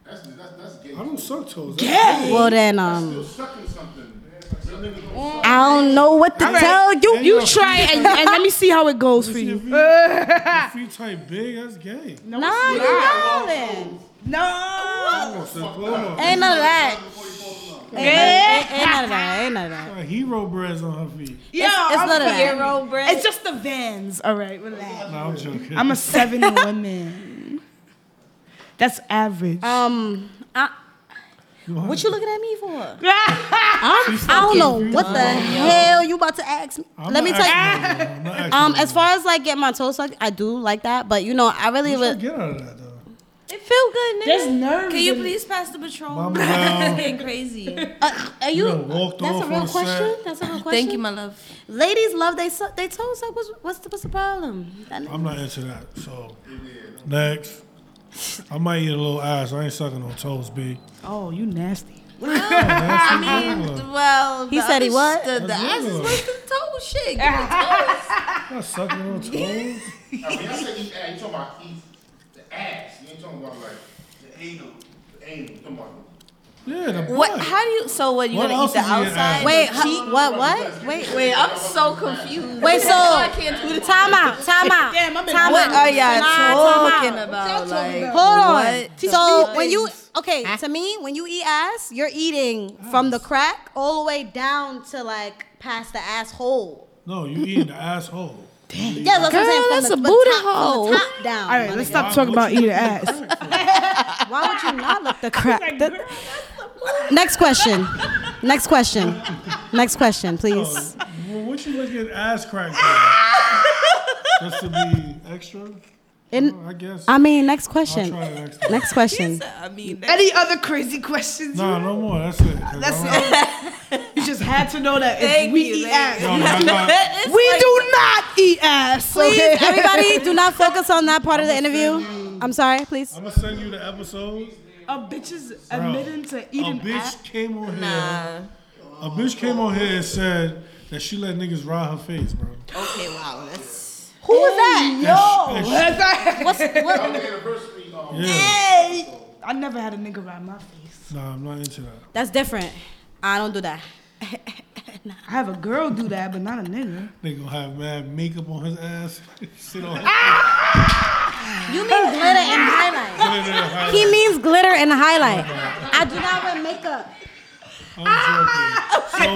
Speaker 5: That's, that's, that's gay.
Speaker 1: I don't suck toes.
Speaker 3: Well then, um,
Speaker 5: Sucking something. Real niggas don't suck.
Speaker 3: I don't know what to tell you.
Speaker 1: You
Speaker 3: You
Speaker 1: know.
Speaker 2: Try it and, and let me see how it goes for
Speaker 1: That's your
Speaker 2: you.
Speaker 1: feet, your feet tight big. That's gay.
Speaker 3: nah, you wildin'.
Speaker 2: No.
Speaker 1: That's a polo.
Speaker 3: Ain't none of that. Ain't none- Ain't ain't none of that. Ain't none of that.
Speaker 1: Got Hero breads on her feet.
Speaker 2: Yeah,
Speaker 3: it's
Speaker 2: I'm
Speaker 3: none of that.
Speaker 2: Piero, bruh. It's just the Vans. All right, relax.
Speaker 1: No, I'm joking.
Speaker 2: I'm a 71 man. That's average.
Speaker 3: Um, I,
Speaker 1: are.
Speaker 3: what you looking at me for? I'm, I don't know what the hell you about to ask me.
Speaker 1: I'm
Speaker 3: Let me
Speaker 1: not
Speaker 3: tell you.
Speaker 1: acting wrong. I'm not acting
Speaker 3: Um, as
Speaker 1: wrong.
Speaker 3: far as like get my toes sucked, I do like that, but you know, I really
Speaker 1: What you
Speaker 3: would.
Speaker 1: get out of that though.
Speaker 4: It feel good, nigga.
Speaker 6: There's nerves
Speaker 4: Can you
Speaker 6: in it.
Speaker 4: please pass the patrol?
Speaker 1: Mama
Speaker 4: It's
Speaker 1: down.
Speaker 4: getting crazy.
Speaker 3: Uh, are you?
Speaker 1: done walked
Speaker 3: that's
Speaker 1: off
Speaker 3: a
Speaker 1: on
Speaker 3: real
Speaker 1: the
Speaker 3: question.
Speaker 1: set.
Speaker 3: That's a real question.
Speaker 4: Thank you, my love.
Speaker 3: Ladies love they su- they toes suck. What's what's the, what's the problem? That-
Speaker 1: I'm not into that. So next, I might eat a little ass. I ain't sucking no toes, b.
Speaker 2: oh, you nasty.
Speaker 1: I
Speaker 4: Well,
Speaker 3: He said he what?
Speaker 4: The, the ass is
Speaker 1: regular.
Speaker 4: worth the toe shit. Give me toes.
Speaker 1: not sucking no toes.
Speaker 5: Now, when I say eat ass, you uh, talking about eat the ass. You ain't talking about like the anal. The anal. You talking about
Speaker 1: Yeah, the butt.
Speaker 4: What? How do you? So what? You
Speaker 1: What
Speaker 4: gonna
Speaker 1: else
Speaker 4: eat the
Speaker 1: is in your
Speaker 4: outside?
Speaker 1: ass?
Speaker 3: Wait, huh, what what? Wait
Speaker 4: Wait, I'm so confused.
Speaker 3: wait. So
Speaker 4: I can't do this.
Speaker 3: time out, time out,
Speaker 2: Damn, I've been
Speaker 3: time
Speaker 4: What
Speaker 3: out.
Speaker 4: are y'all
Speaker 3: Nah, time out.
Speaker 4: talking about? Like,
Speaker 3: Hold on.
Speaker 4: what
Speaker 3: So when you okay to me, when you eat ass, you're eating from the crack all the way down to like past the asshole.
Speaker 1: No, you eating the asshole.
Speaker 3: Yeah, that's what I'm saying.
Speaker 4: Girl,
Speaker 3: From
Speaker 4: that's
Speaker 3: the,
Speaker 4: a
Speaker 3: from the
Speaker 4: booty
Speaker 3: top, from the
Speaker 4: hole.
Speaker 3: top down.
Speaker 2: All right,
Speaker 3: my
Speaker 2: let's
Speaker 3: nigga.
Speaker 2: stop talking about eating ass.
Speaker 3: Why would you not look the crack? That- Next question. Next question. Next question,
Speaker 1: Oh.
Speaker 3: please.
Speaker 1: Well, what you looking at ass crack? For? Just to be extra.
Speaker 3: In-
Speaker 1: Well, I guess.
Speaker 3: I mean, next
Speaker 1: I'll
Speaker 3: question.
Speaker 1: try it next time.
Speaker 3: Next question.
Speaker 4: I mean,
Speaker 2: Any other crazy questions?
Speaker 1: No, no more. That's it. 'Cause
Speaker 2: That's
Speaker 1: I'm
Speaker 2: it.
Speaker 1: not-
Speaker 2: You just had to know that if
Speaker 4: Thank
Speaker 2: we
Speaker 4: you,
Speaker 2: eat ass.
Speaker 4: thank
Speaker 1: No, y'all not-
Speaker 2: We do not eat ass.
Speaker 3: Please,
Speaker 2: okay?
Speaker 3: everybody, do not focus on that part of the interview. I'm sorry, please.
Speaker 1: I'm gonna send you the episode.
Speaker 2: A bitch is admitting to
Speaker 1: A
Speaker 2: eating ass.
Speaker 1: bitch came on here. A bitch came on here and said that she let niggas ride her face, bro.
Speaker 4: okay, wow, that's.
Speaker 3: Who was that?
Speaker 1: No. And she, and
Speaker 3: What's, what?
Speaker 5: the anniversary. Um,
Speaker 1: she, yeah.
Speaker 2: I never had a nigga ride my face.
Speaker 1: Nah, I'm not into that.
Speaker 3: That's different. I don't do that.
Speaker 2: I have a girl do that, but not a nigga.
Speaker 1: Nigga gonna have mad makeup on his ass. Sit on.
Speaker 3: You mean glitter and highlight.
Speaker 1: I'm
Speaker 3: He means glitter and highlight. I do not wear makeup.
Speaker 1: joking. So.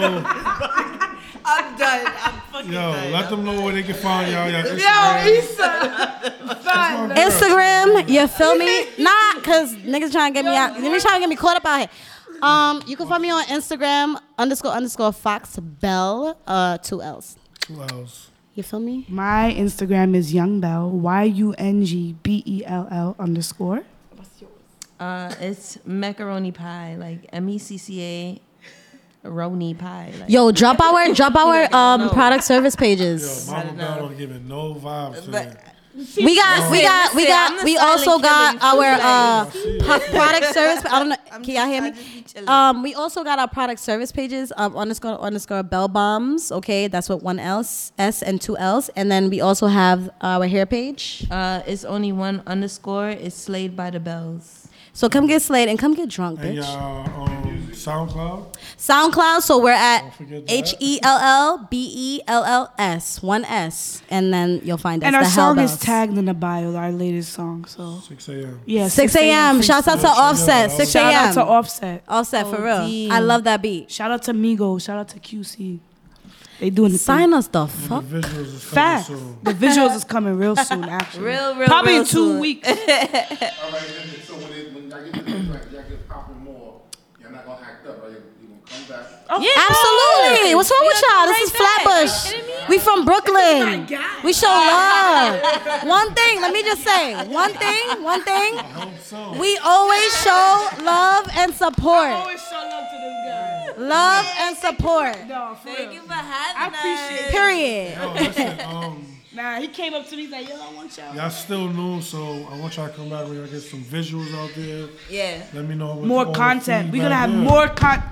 Speaker 4: I'm done. I'm fucking
Speaker 1: Yo, let them know where they can find y'all. Y'all
Speaker 2: Yo,
Speaker 1: Instagram.
Speaker 2: Issa.
Speaker 1: Yo,
Speaker 3: Instagram, you feel me? Nah, cause niggas trying to get me out. Niggas trying to get me caught up out here. Um, you can find me on Instagram underscore underscore Fox Bell uh two L's.
Speaker 1: Who else?
Speaker 3: You feel me?
Speaker 2: My Instagram is YoungBell, Y U N G B E L L underscore.
Speaker 4: Uh, it's macaroni pie, like M E C C A, roni pie. Like,
Speaker 3: Yo, drop our drop our um
Speaker 4: No.
Speaker 3: product service
Speaker 1: Yo,
Speaker 3: pages.
Speaker 1: Mama Bell don't giving no vibes to
Speaker 4: But-
Speaker 1: that.
Speaker 3: We got, we got, we
Speaker 4: listen, I'm
Speaker 3: got,
Speaker 4: the
Speaker 3: we
Speaker 4: silent
Speaker 3: also got
Speaker 4: killing.
Speaker 3: our uh, pro- product service. I don't know. Can y'all hear
Speaker 4: I'm
Speaker 3: me?
Speaker 4: just be chilling.
Speaker 3: Um, we also got our product service pages. Um, underscore underscore bell bombs. Okay, that's what one else S and two L's, and then we also have our hair page.
Speaker 4: Uh, it's only one underscore. It's slayed by the bells.
Speaker 3: So come get slayed and come get drunk,
Speaker 1: And
Speaker 3: bitch.
Speaker 1: y'all um, SoundCloud.
Speaker 3: SoundCloud. So we're at
Speaker 1: forget that.
Speaker 3: H E L L B E L L S one S, and then you'll find us.
Speaker 2: And our
Speaker 3: the
Speaker 2: song is
Speaker 3: Hellbells.
Speaker 2: tagged in the bio, our latest song. So
Speaker 1: 6 a.m.
Speaker 2: yeah,
Speaker 3: 6 a.m. Shouts out to Offset. 6
Speaker 2: Shout
Speaker 3: a.m.
Speaker 2: out to Offset.
Speaker 3: Offset for real.
Speaker 4: OD.
Speaker 3: I love that beat.
Speaker 2: Shout out to Migo. Shout out to QC. They doing the thing.
Speaker 3: Sign us the
Speaker 1: The
Speaker 3: fuck.
Speaker 1: visuals is coming
Speaker 2: Facts.
Speaker 1: soon.
Speaker 2: The visuals is coming real soon, actually.
Speaker 4: Real, real,
Speaker 2: Probably
Speaker 4: real
Speaker 2: in two
Speaker 4: soon.
Speaker 2: weeks.
Speaker 5: All right, then, so when, it, when y'all get to this, like, y'all get popping more, y'all not gonna act up, right? You're, gonna come back.
Speaker 3: Absolutely. What's wrong with y'all? This is
Speaker 6: kidding
Speaker 3: Flatbush. We from Brooklyn. We show love. One thing, let me just say, one thing, one thing. We always show love and support. Love and support.
Speaker 2: No, for real.
Speaker 4: for having
Speaker 3: Period.
Speaker 1: Oh, listen, um,
Speaker 2: Nah, he came up to me he's like, yo, I want y'all.
Speaker 1: y'all still new, so I want y'all to come back. We're gonna get some visuals out there.
Speaker 4: Yeah.
Speaker 1: Let me know what
Speaker 2: More
Speaker 1: all the
Speaker 2: content. We're gonna
Speaker 1: feedback
Speaker 2: have
Speaker 1: is.
Speaker 2: more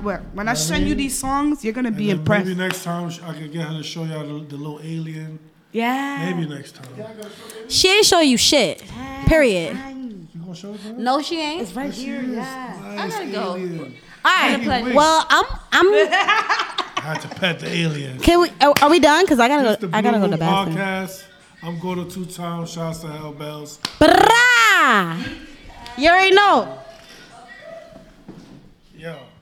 Speaker 2: content. When I send you
Speaker 1: mean?
Speaker 2: these songs, you're gonna
Speaker 1: And
Speaker 2: be
Speaker 1: then
Speaker 2: impressed.
Speaker 1: Maybe next time sh- I could get her to show y'all the, the little alien.
Speaker 2: yeah.
Speaker 1: Maybe next time. You
Speaker 3: She ain't show you shit. Period.
Speaker 1: gonna show it to her?
Speaker 3: No, she ain't.
Speaker 2: Right here.
Speaker 1: I gotta
Speaker 4: go.
Speaker 3: All right. Well, I'm. I'm.
Speaker 1: I had to pet the alien.
Speaker 3: Can we? Are, are we done? Cause I
Speaker 1: It's
Speaker 3: gotta
Speaker 1: the
Speaker 3: go. I gotta go to the
Speaker 1: Blue Room
Speaker 3: bathroom.
Speaker 1: Podcast. I'm going to two times. Shouts to Hell Bells.
Speaker 3: Brah! You already know.
Speaker 1: Yo.